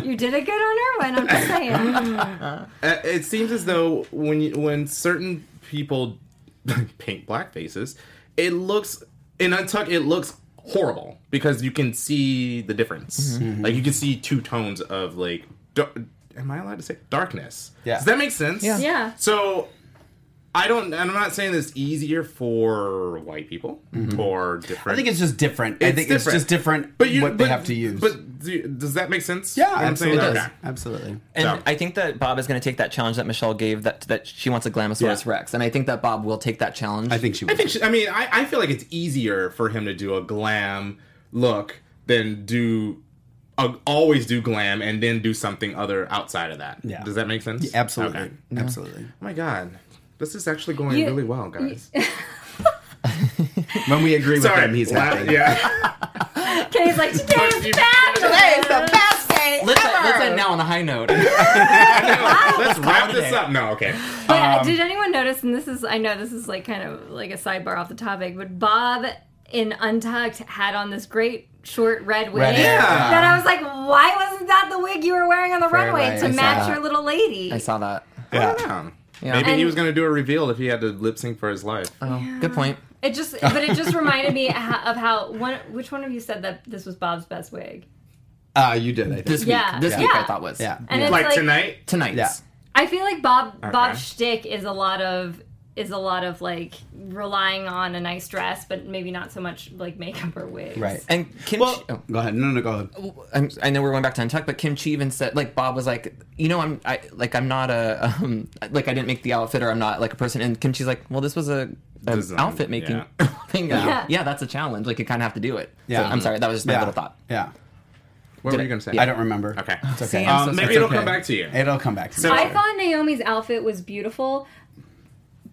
You did it good on Irwin. I'm just saying. Uh, it seems as though when you, when certain people paint black faces, it looks in Untuck it looks horrible because you can see the difference. Mm-hmm. Like you can see two tones of like. Dar- am I allowed to say darkness? Yeah. Does that make sense? Yeah. Yeah. So. I don't. I'm not saying it's easier for white people or different. Mm-hmm. I think it's just different. I think it's just different. But you, what they but- have to use. But do, does that make sense? yeah, What I'm saying? absolutely, Okay. absolutely. And So- I think that Bob is going to take that challenge that Michelle gave that that she wants a Glamosaurus Yeah. Rex, and I think that Bob will take that challenge. I think she. I Would. think. She, I mean, I, I feel like it's easier for him to do a glam look than do uh, always do glam and then do something other outside of that. Yeah. Does that make sense? absolutely, Okay. absolutely. Oh my god, this is actually going You- really well, guys. When we agree with Sorry, him, he's la- happy. Yeah. Katie's like today's Today's fabulous. the best day Let's, ever. end- let's end now on a high note. Let's wrap this up. No, okay. But Um, uh, did anyone notice? And this is, I know this is like kind of like a sidebar off the topic, but Bob in Untucked had on this great short red wig. Red hair. Yeah. That I was like, why wasn't that the wig you were wearing on the Fair runway right. to I saw match that. your little lady? I saw that. I don't Yeah. know. Yeah. Maybe And- he was going to do a reveal if he had to lip sync for his life. Oh, Good point. It just, but it just reminded me ho- of how one. Which one of you said that this was Bob's best wig? Uh, you did. I think. This Yeah. week, this Yeah. week I thought was yeah. And it's like, like, tonight. tonight's. Yeah. I feel like Bob Okay. Bob's shtick is a lot of is a lot of like relying on a nice dress, but maybe not so much like makeup or wigs. right. And Kim, Well, Chi- oh, go ahead. No, no, go ahead. I'm, I know we're going back to Untucked, but Kim Chi even said, like Bob was like, you know, I'm I like I'm not a um, like I didn't make the outfit or I'm not like a person. And Kim Chi's like, well, this was a, a Design, outfit making yeah. thing. Yeah. Yeah. yeah, that's a challenge. Like you kind of have to do it. Yeah. So, I'm sorry, that was just my Yeah. little thought. Yeah. What were you going to say? I don't remember. Okay. It's okay. Sam. I'm so Um, maybe sorry. it'll It's come okay. back to you. It'll come back to So- me. I thought Naomi's outfit was beautiful,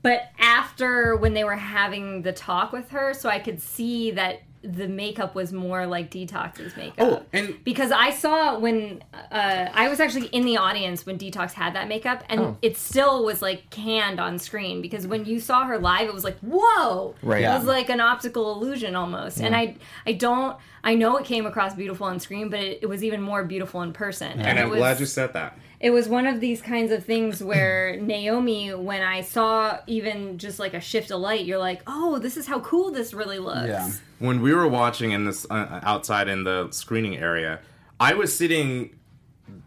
but after when they were having the talk with her, so I could see that the makeup was more like Detox's makeup. Oh, and- because I saw when uh, I was actually in the audience when Detox had that makeup, and Oh. it still was like canned on screen because when you saw her live, it was like whoa, Right. It was like an optical illusion almost. And I, I don't, I know it came across beautiful on screen, but it, it was even more beautiful in person. And I'm it was, glad you said that. it was one of these kinds of things where Naomi, when I saw even just like a shift of light, you're like, oh, this is how cool this really looks. Yeah. when we were watching in this uh, outside in the screening area, I was sitting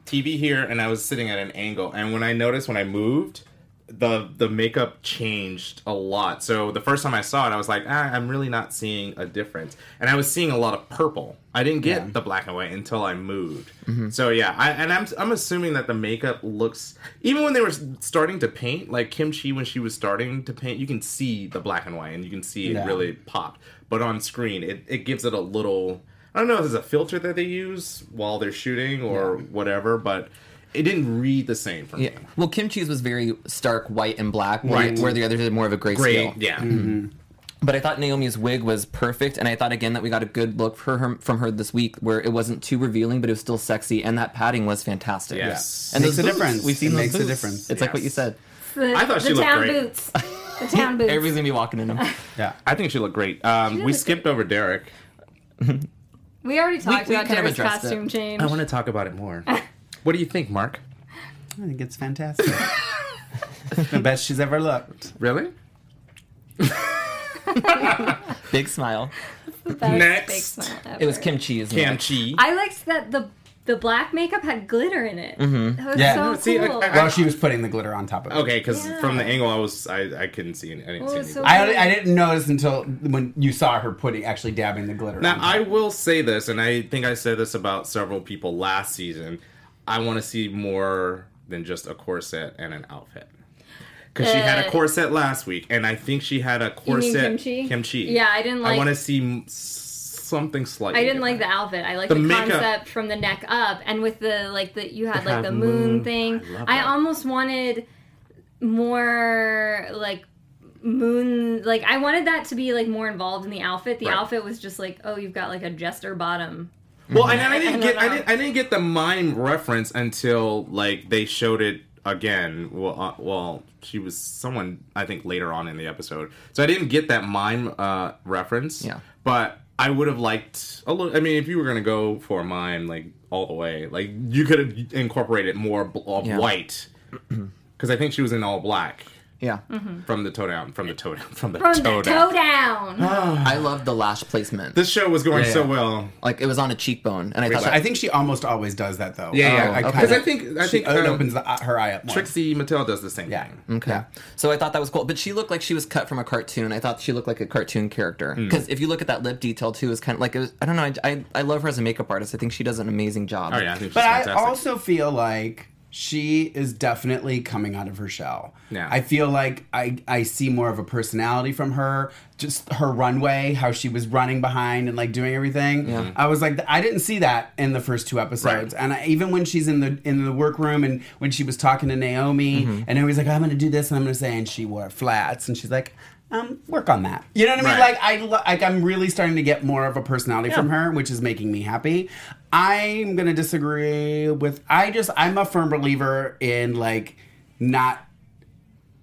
TV here and I was sitting at an angle. And when I noticed when I moved, the the makeup changed a lot. So the first time I saw it, I was like, ah, I'm really not seeing a difference. And I was seeing a lot of purple. I didn't get the black and white until I moved. So yeah, I, and I'm I'm assuming that the makeup looks even when they were starting to paint, like Kim Chi when she was starting to paint, you can see the black and white and you can see it Yeah. really popped. But on screen, it, it gives it a little. I don't know if there's a filter that they use while they're shooting or whatever, but it didn't read the same for me. Yeah. Well, Kim Chi's was very stark white and black, where- Right. where the others did more of a gray, Great, scale. yeah. But I thought Naomi's wig was perfect, and I thought again that we got a good look for her from her this week, where it wasn't too revealing, but it was still sexy, and that padding was fantastic. Yes. and Makes those a boots, difference. We've seen It those makes a boots. difference. It's like what you Yes. said. The, I thought she the looked town great. boots. The town boots. Everybody's gonna be walking in them. Yeah. I think she looked great. Um, we skipped over Derek. we already talked we about kind of Derek's addressed costume it. change. I want to talk about it more. what do you think, Mark? I think it's fantastic. the best she's ever looked. Really? Big smile. That was Next. big smile ever. It was Kim Chi's. Cam Chi. I liked that the the black makeup had glitter in it. Mm-hmm. That was Yeah. so No, cool. see, I- I- Well, she was putting the glitter on top of it. Okay, because Yeah. from the angle I was, I, I couldn't see any. I didn't Well, see it's any. so I, only- I didn't notice until when you saw her putting actually dabbing the glitter. Now on top. I will say this, and I think I said this about several people last season. I want to see more than just a corset and an outfit. Because she had a Uh, corset last week, and I think she had a corset. Kim Chi? Kimchi. Yeah, I didn't I like- want to see m- s- something slightly. I didn't like the different. outfit. I liked The the, makeup- concept from the neck up, and with the like the you had like had the moon, moon. thing. I love I, that. almost wanted more like moon. Like I wanted that to be like more involved in the outfit. The Right. outfit was just like, oh, you've got like a jester bottom. Well, and I didn't don't get. I know. didn't. I didn't get the mime reference until like they showed it again. Well, uh, well, she was someone I think later on in the episode, so I didn't get that mime uh, reference. Yeah. but I would have liked a little. I mean, if you were gonna go for mime like all the way, like you could have incorporated more bl- of Yeah. white, because I think she was in all black Yeah. from the toe down, from the toe down, from the From toe down. the toe down. I love the lash placement. This show was going Yeah, so yeah. well. like it was on a cheekbone, and I Relax. thought that, I think she almost always does that though. Oh, Yeah, yeah. I- I Okay. Because Oh, I kinda- think I she- think it um, opens the eye- her eye up more. Trixie Mattel does the same Yeah. thing. Okay. So I thought that was cool, but she looked like she was cut from a cartoon. I thought she looked like a cartoon character because if you look at that lip detail too, is kind of like it was, I don't know. I, I, I love her as a makeup artist. I think she does an amazing job. Oh yeah, I think she's But I fantastic. also feel like she is definitely coming out of her shell. Yeah. I feel like I, I see more of a personality from her, just her runway, how she was running behind and like doing everything. I was like, I didn't see that in the first two episodes. Right. And I, even when she's in the in the workroom and when she was talking to Naomi Mm-hmm. and everybody's like, I'm going to do this and I'm going to say, and she wore flats and she's like, um, work on that. You know what I mean? Right. Like I lo- like I'm really starting to get more of a personality from her, which is making me happy. I'm gonna disagree with. I just I'm a firm believer in like not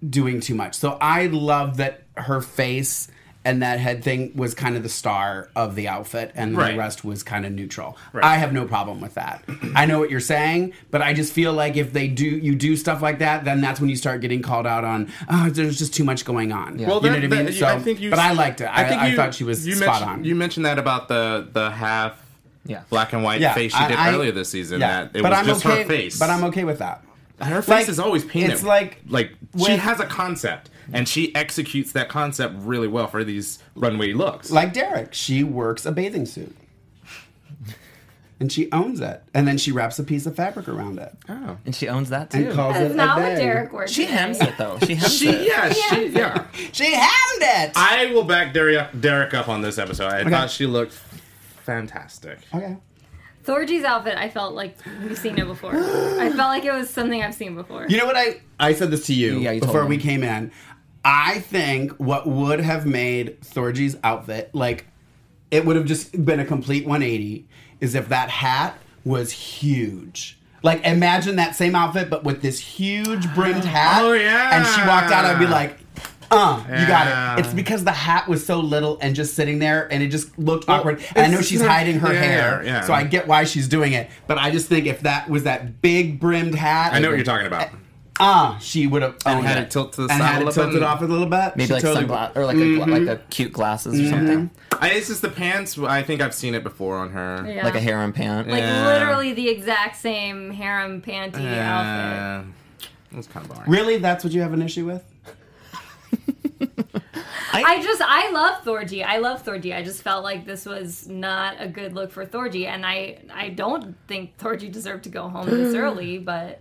doing too much. So I love that her face and that head thing was kind of the star of the outfit, and Right. the rest was kind of neutral. I have no problem with that. I know what you're saying, but I just feel like if they do you do stuff like that, then that's when you start getting called out on. Oh, there's just too much going on. Well, you that- know what I mean. that- so, I think you, but I liked it. I, I, you- thought she was you spot mentioned, on. You mentioned that about the the half Yeah. black and white Yeah, face she I- did I- earlier this season. That it but was I'm just okay, her face. But I'm okay with that. Her face like, is always painted. it's like like she when- has a concept and she executes that concept really well for these runway looks. Like Derek, she works a bathing suit. And she owns it. And then she wraps a piece of fabric around it. Oh. Oh. and she owns that And too. calls That's it not a what day. Derek works. she hems it though. She hems she, it. yeah, she, yeah. She hemmed it! I will back Derek up, Derek up on this episode. I thought she looked fantastic. okay. Thorgy's outfit, I felt like we've seen it before. I felt like it was something I've seen before. You know what I I said this to you, Yeah, you told before me. we came in. I think what would have made Thorgy's outfit like it would have just been a complete 180 is if that hat was huge. Like imagine that same outfit but with this huge brimmed hat. Oh, yeah. And she walked out, I'd be like, uh, you Yeah. got it. It's because the hat was so little and just sitting there and it just looked awkward. And I know it's she's not- hiding her yeah, hair. yeah. So I get why she's doing it. But I just think if that was that big brimmed hat I know what you're talking about. ah, she would have And owned had it tilt to the side and had a it little bit tilted and- off a little bit. Maybe She like totally- sunglasses or like a, gla- like a cute glasses or something, I, it's just the pants. I think I've seen it before on her. Yeah. like a harem pant. Like Yeah. literally the exact same harem panty outfit. Yeah. It was kind of boring. Really, that's what you have an issue with? I just I love Thorgy. I love Thorgy. I just felt like this was not a good look for Thorgy, and I I don't think Thorgy deserved to go home this early. But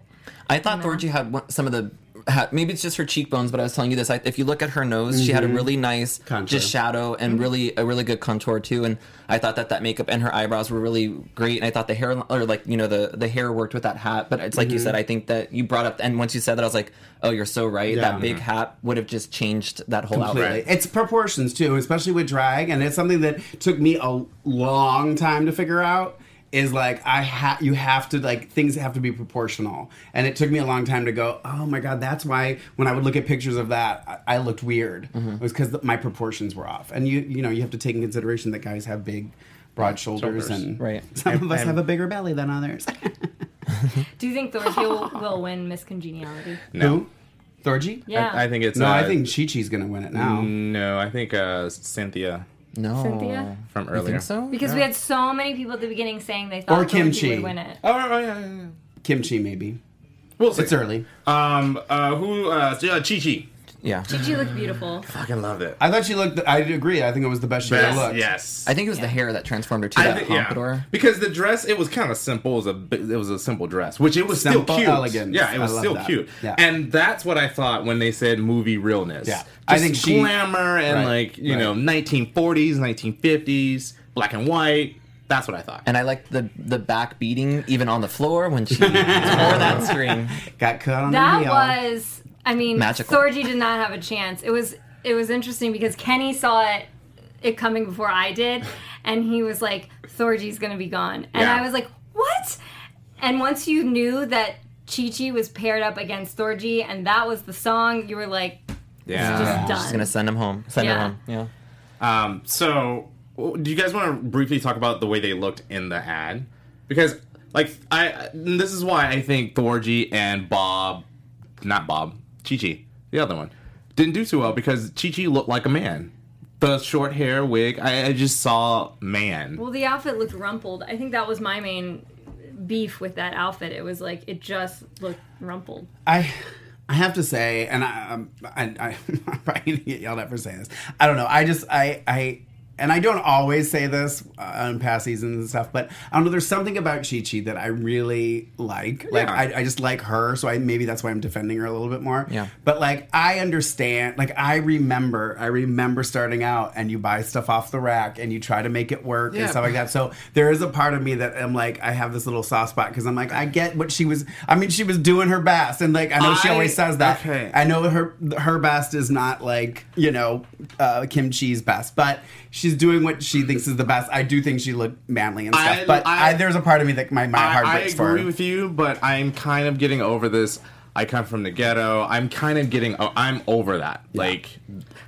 I thought Thorgy had one, some of the. Had, maybe it's just her cheekbones, but I was telling you this. I, if you look at her nose, she had a really nice Mm-hmm. Contour. just shadow Mm-hmm. and really a really good contour too. And I thought that that makeup and her eyebrows were really great. And I thought the hair or like you know the the hair worked with that hat. But it's like Mm-hmm. you said, I think that you brought up and once you said that, I was like, oh, you're so right. Yeah. Mm-hmm. That big hat would have just changed that whole Completely. outfit. It's proportions too, especially with drag, and it's something that took me a long time to figure out. Is like I ha you have to like things have to be proportional, and it took me a long time to go. Oh my god, that's why when I would look at pictures of that, I, I looked weird. Mm-hmm. It was because my proportions were off, and you you know you have to take in consideration that guys have big, broad shoulders, shoulders. and Right. some of us have a bigger belly than others. do you think Thorgy will, will win Miss Congeniality? Who? Thorgy? Yeah, I, I think it's. Mm. No, uh, I think Chi Chi's gonna win it now. No, I think uh, Cynthia No, Cynthia? from you earlier. think so? because we had so many people at the beginning saying they thought Or Kim Thorgy Chi. would win it. Oh, oh yeah, yeah, yeah. Kimchi maybe. We'll see. It's early. Um, uh, who? Uh, Chi Chi. yeah. Gigi looked beautiful. Fucking loved it. I thought she looked. I agree. I think it was the best she ever looked. Yes. I think it was the hair that transformed her to I that think- pompadour. Because the dress, it was kind of simple. It was a bi- it was a simple dress, which it was Simple still cute. elegance. Yeah, I it was love still that. cute. Yeah. And that's what I thought when they said movie realness. Yeah. I I think think she- glamour and Right, like you right. know 1940s, 1950s, black and white. That's what I thought. And I liked the the back beating even on the floor when she tore that string. Got cut on the That heel. was, I mean, Magical. Thorgy did not have a chance. It was, it was interesting because Kenny saw it, it coming before I did, and he was like, "Thorgy's gonna be gone," and Yeah. I was like, "What?" And once you knew that Chi Chi was paired up against Thorgy, and that was the song, you were like, yeah. "Just She's done." gonna send him home. Send Yeah. him home. Yeah. Um, so, w- do you guys want to briefly talk about the way they looked in the ad? Because, like, I I- this is why I think Thorgy and Bob, not Bob, Chi Chi, the other one, didn't do too well because Chi Chi looked like a man. The short hair, wig, I, I just saw man. Well, the outfit looked rumpled. I think that was my main beef with that outfit. It was like it just looked rumpled. I. I have to say, and I, um, I, I, I'm probably gonna get yelled at for saying this. I don't know. I just, I, I, and I don't always say this uh, on past seasons and stuff, but I don't know. There's something about Chi Chi that I really like. Like, Yeah. I, I just like her, so I maybe that's why I'm defending her a little bit more. Yeah. But like, I understand. Like, I remember, I remember starting out, and you buy stuff off the rack, and you try to make it work Yeah. and stuff like that. So there is a part of me that I'm like, I have this little soft spot because I'm like, I get what she was. I mean, she was doing her best, and like, I know she I- always says that. okay. I know her her best is not like you know uh, Kim Chi's best, but she's doing what she thinks is the best. I do think she looked manly and stuff, I- but I- I, there's a part of me that my my heart I, I breaks for. agree her. with you, but I'm kind of getting over this. I come from the ghetto. I'm kind of getting. Oh, I'm over that. Like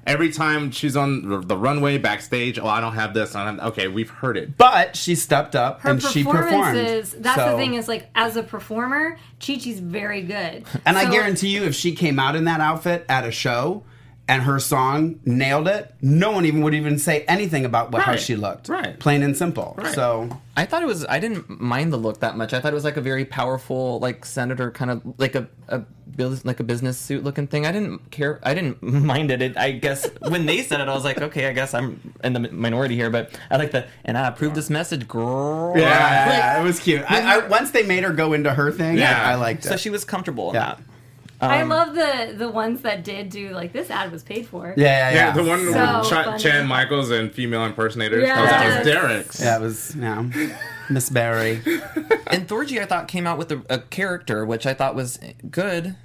every time she's on the, the runway backstage. Oh, I don't have this. I don't have, okay, we've heard it. But she stepped up Her and she performed. performances, that's the So- thing is like as a performer, Chi Chi's very good. And I So- guarantee you, if she came out in that outfit at a show and her song nailed it, no one even would even say anything about what, how Right. she looked. Right. Plain and simple. So I thought it was. I didn't mind the look that much. I thought it was like a very powerful, like senator kind of like a a business like a business suit looking thing. I didn't care. I didn't mind it. it I guess when they said it, I was like, okay, I guess I'm in the minority here. But I like the and I approve this message, girl. yeah, Like, it was cute. I, I, once they made her go into her thing, Yeah. I, I liked it. so she was comfortable in Yeah. that. I love the the ones that did do like this ad was paid for. yeah, yeah, Yeah, yeah. the one with So Ch- funny. Chan Michaels and female impersonators. Yes. That was Derek's. That was yeah, Miss Barry. And Thorgy, I thought came out with a, a character, which I thought was good.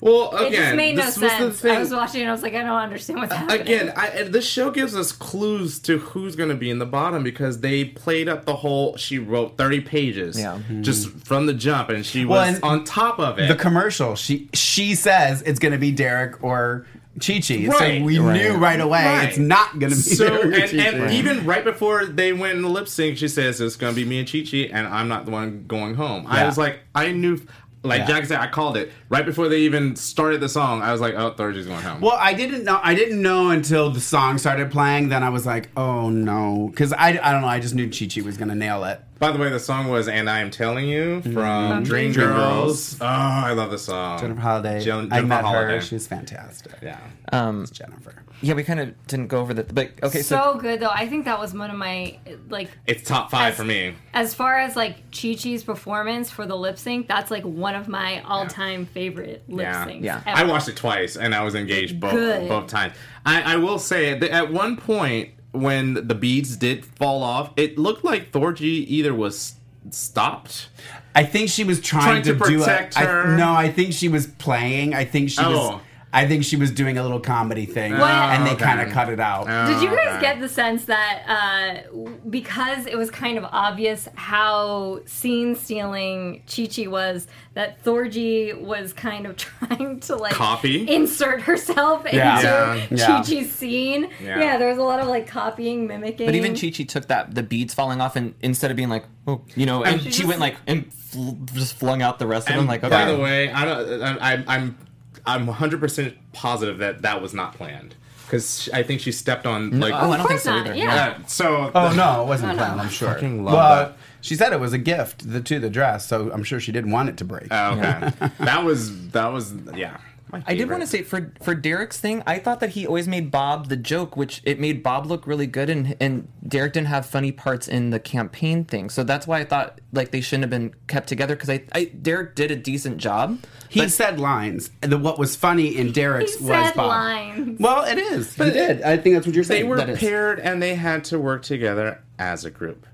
Well, again, It just made no this was the sense. I thing- was watching and I was like, I don't understand what's happening. Again, I, and this show gives us clues to who's going to be in the bottom because they played up the whole. She wrote thirty pages, Yeah. just from the jump, and she Well, was and on top of it. the commercial. She she says it's going to be Derek or Chi Chi. Right. so we Right. knew right away Right. it's not going to be so, Derek or and, Chi Chi. and even right before they went in the lip sync, she says it's going to be me and Chi Chi, and I'm not the one going home. I Yeah. was like, I knew. Like Yeah. Jack said, I called it right before they even started the song. I was like, "Oh, Thorgy's going home." Well, I didn't know. I didn't know until the song started playing. Then I was like, "Oh no," because I, I don't know. I just knew Chi Chi was gonna nail it. By the way, the song was "And I Am Telling You" Mm-hmm. from Dream Dream Girls. Oh, I love the song. Jennifer Holiday. Jen- I Jennifer met Holiday. her. She's fantastic. yeah. Um, It's Jennifer. yeah, we kind of didn't go over that, but okay. So, so good though. I think that was one of my like It's top five for me. as far as like Chi Chi's performance for the lip sync. That's like one of my all time favorite lip Yeah. syncs. Yeah. ever. I watched it twice, and I was engaged both Good. both times. I, I will say that at one point when the beads did fall off, it looked like Thorgy either was stopped. I think she was Trying trying, to do protect a, I- her. no, I think she was playing. I think she Oh. was. I think she was doing a little comedy thing, and they okay. Oh. kind of cut it out. Did you guys Okay. get the sense that uh, w- because it was kind of obvious how scene stealing Chi Chi was, that Thorgy was kind of trying to like Copy? insert herself Yeah. into Yeah. Chi Chi's scene? Yeah. Yeah. there was a lot of like copying, mimicking. but even Chi Chi took that the beads falling off, and instead of being like, oh, you know, and And she went like and fl- just flung out the rest of them. And Like, okay. by the way, I don't. I, I'm I'm I'm 100 percent positive that that was not planned because I think she stepped on like. oh, I don't think course so not, either. yeah. Yeah, so oh no, it wasn't no. planned. I'm sure. fucking love well, that. she said it was a gift the, to the dress, so I'm sure she didn't want it to break. Oh, okay, that was that was yeah. My I did favorite. want to say for for Derek's thing, I thought that he always made Bob the joke, which it made Bob look really good, and and Derek didn't have funny parts in the campaign thing, so that's why I thought like they shouldn't have been kept together because I, I Derek did a decent job. he but- said lines. The, what was funny in Derek's He was said Bob. lines. Well, it is. But he did. I think that's what you're They saying. were That is- paired and they had to work together as a group.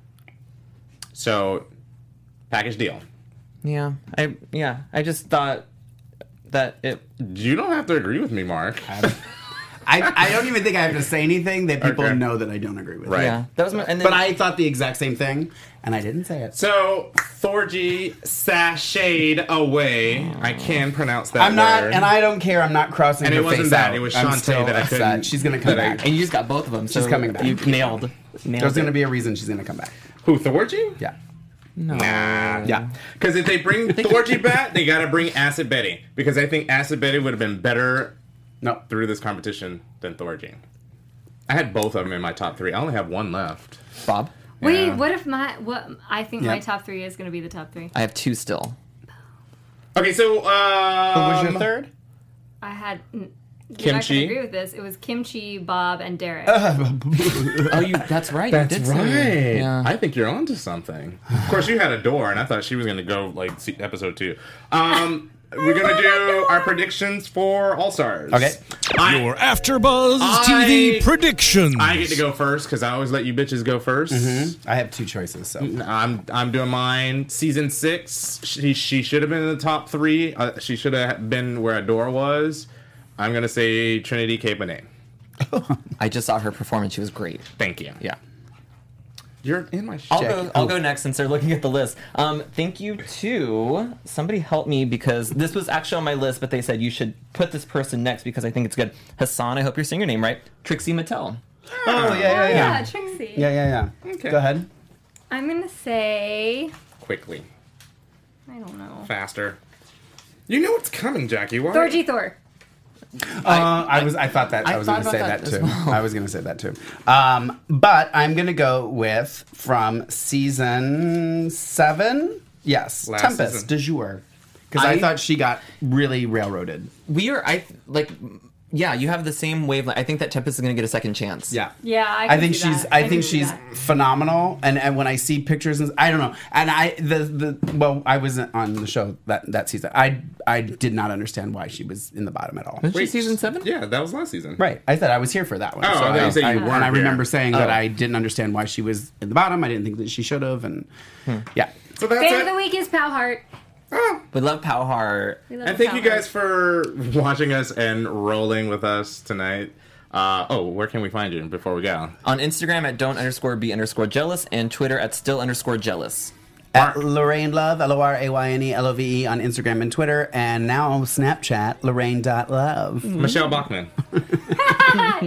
So, package deal. yeah, I yeah, I just thought that it You don't have to agree with me, Mark. I, I don't even think I have to say anything that people Okay. know that I don't agree with. Right. yeah that was my and then, But I thought the exact same thing, and I didn't say it. So, Thorgy sashayed away. I can pronounce that I'm not, word. and I don't care. I'm not crossing. And it her wasn't face that, out. it was I'm Shantae still that I upset. couldn't- She's gonna come that I- back. and you just got both of them. So She's coming back. You nailed. nailed There's gonna it. be a reason she's gonna come back. Who, Thorgy? Yeah. Nah. Yeah. Because if they bring Thorgy back, they gotta bring Acid Betty. Because I think Acid Betty would have been better No. through this competition than Thorgy. I had both of them in my top three. I only have one left. Bob. Wait, Yeah. what if my what? I think my Yeah. top three is going to be the top three. I have two still. Okay, so um, What was your third? I had. You're not Kimchi? gonna agree with this. It was Kimchi, Bob, and Derek. Oh, you. That's right. you did That's say- right. Yeah. I think you're onto something. Of course, you had a door, and I thought she was going to go like see, episode two. Um, we're going to do our predictions for All Stars. Okay. Your AfterBuzz I- TV predictions. I get to go first because I always let you bitches go 1st I have two choices. So I'm I'm doing mine. Season six. She she should have been in the top three. Uh, she should have been where Adora was. I'm gonna say Trinity K. Bonet. I just saw her performance. She was great. Thank you. Yeah. You're in my shit. I'll Check. go. I'll go next since they're looking at the list. Um, thank you to somebody help me because this was actually on my list, but they said you should put this person next because I think it's good. Hassan, I hope you're saying your name right. Trixie Mattel. Oh yeah, yeah, yeah, yeah, Trixie. yeah, yeah, yeah. Okay. Go ahead. I'm gonna say quickly, I don't know. faster. You know what's coming, Jackie. Why? Thorgy Thor. Uh, I was. I thought that. I, I was thought going to about that say that, as too. well. I was going to say that too. Um, but I'm going to go with from season seven. Yes, Last Tempest season. de jour. Because I, I- thought she got really railroaded. We are. I like. Yeah, you have the same wavelength. I think that Tempest is going to get a second chance. Yeah. Yeah, I I can think see she's. that. I, I can think see she's that. phenomenal. And, and when I see pictures, and I don't know. And I the the well, I wasn't on the show that that season. I I did not understand why she was in the bottom at all. Is she season seven? Yeah, that was last season. Right. I said I was here for that one. Oh, I thought you I, said you I- weren't and I here. Oh. remember saying that I didn't understand why Hmm. she was in the bottom. I didn't think that she should have. And yeah. So that's Fan of it. the week is Powhart. We love Powhar. And thank you guys for watching us and rolling with us tonight. Uh, oh, where can we find you before we go? On Instagram at don't underscore be underscore jealous and Twitter at still underscore jealous. At Lorraine Love, L O R A Y N E L O V E on Instagram and Twitter, and now Snapchat, Lorraine.love. Michelle Bachman. Look at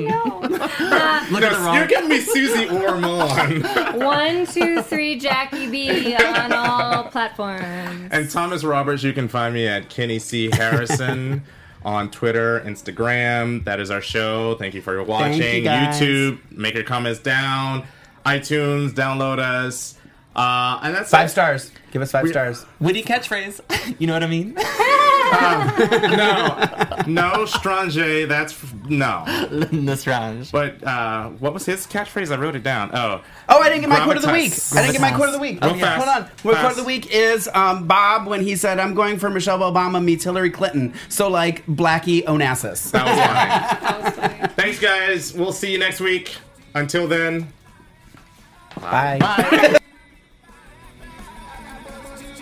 the You're wrong. giving me Susie Ormond One, two, three, Jackie B on all platforms. and Thomas Roberts. You can find me at Kenny C Harrison on Twitter, Instagram. That is our show. Thank you for watching. you, guys. YouTube, make your comments down. iTunes, download us. Uh, and that's Five it. stars. Give us five stars. Witty catchphrase. you know what I mean? No, Strange. That's f- no. Nasrange. But uh, what was his catchphrase? I wrote it down. Oh, Oh, I didn't get my quote of the Gravitas. week. I didn't get my Gravitas. quote of the week. Real fast. Hold on. My quote of Fast. the week is um, Bob when he said, I'm going for Michelle Obama meets Hillary Clinton. So, like, Blackie Onassis. that was funny. That was funny. Thanks, guys. We'll see you next week. Until then. Bye.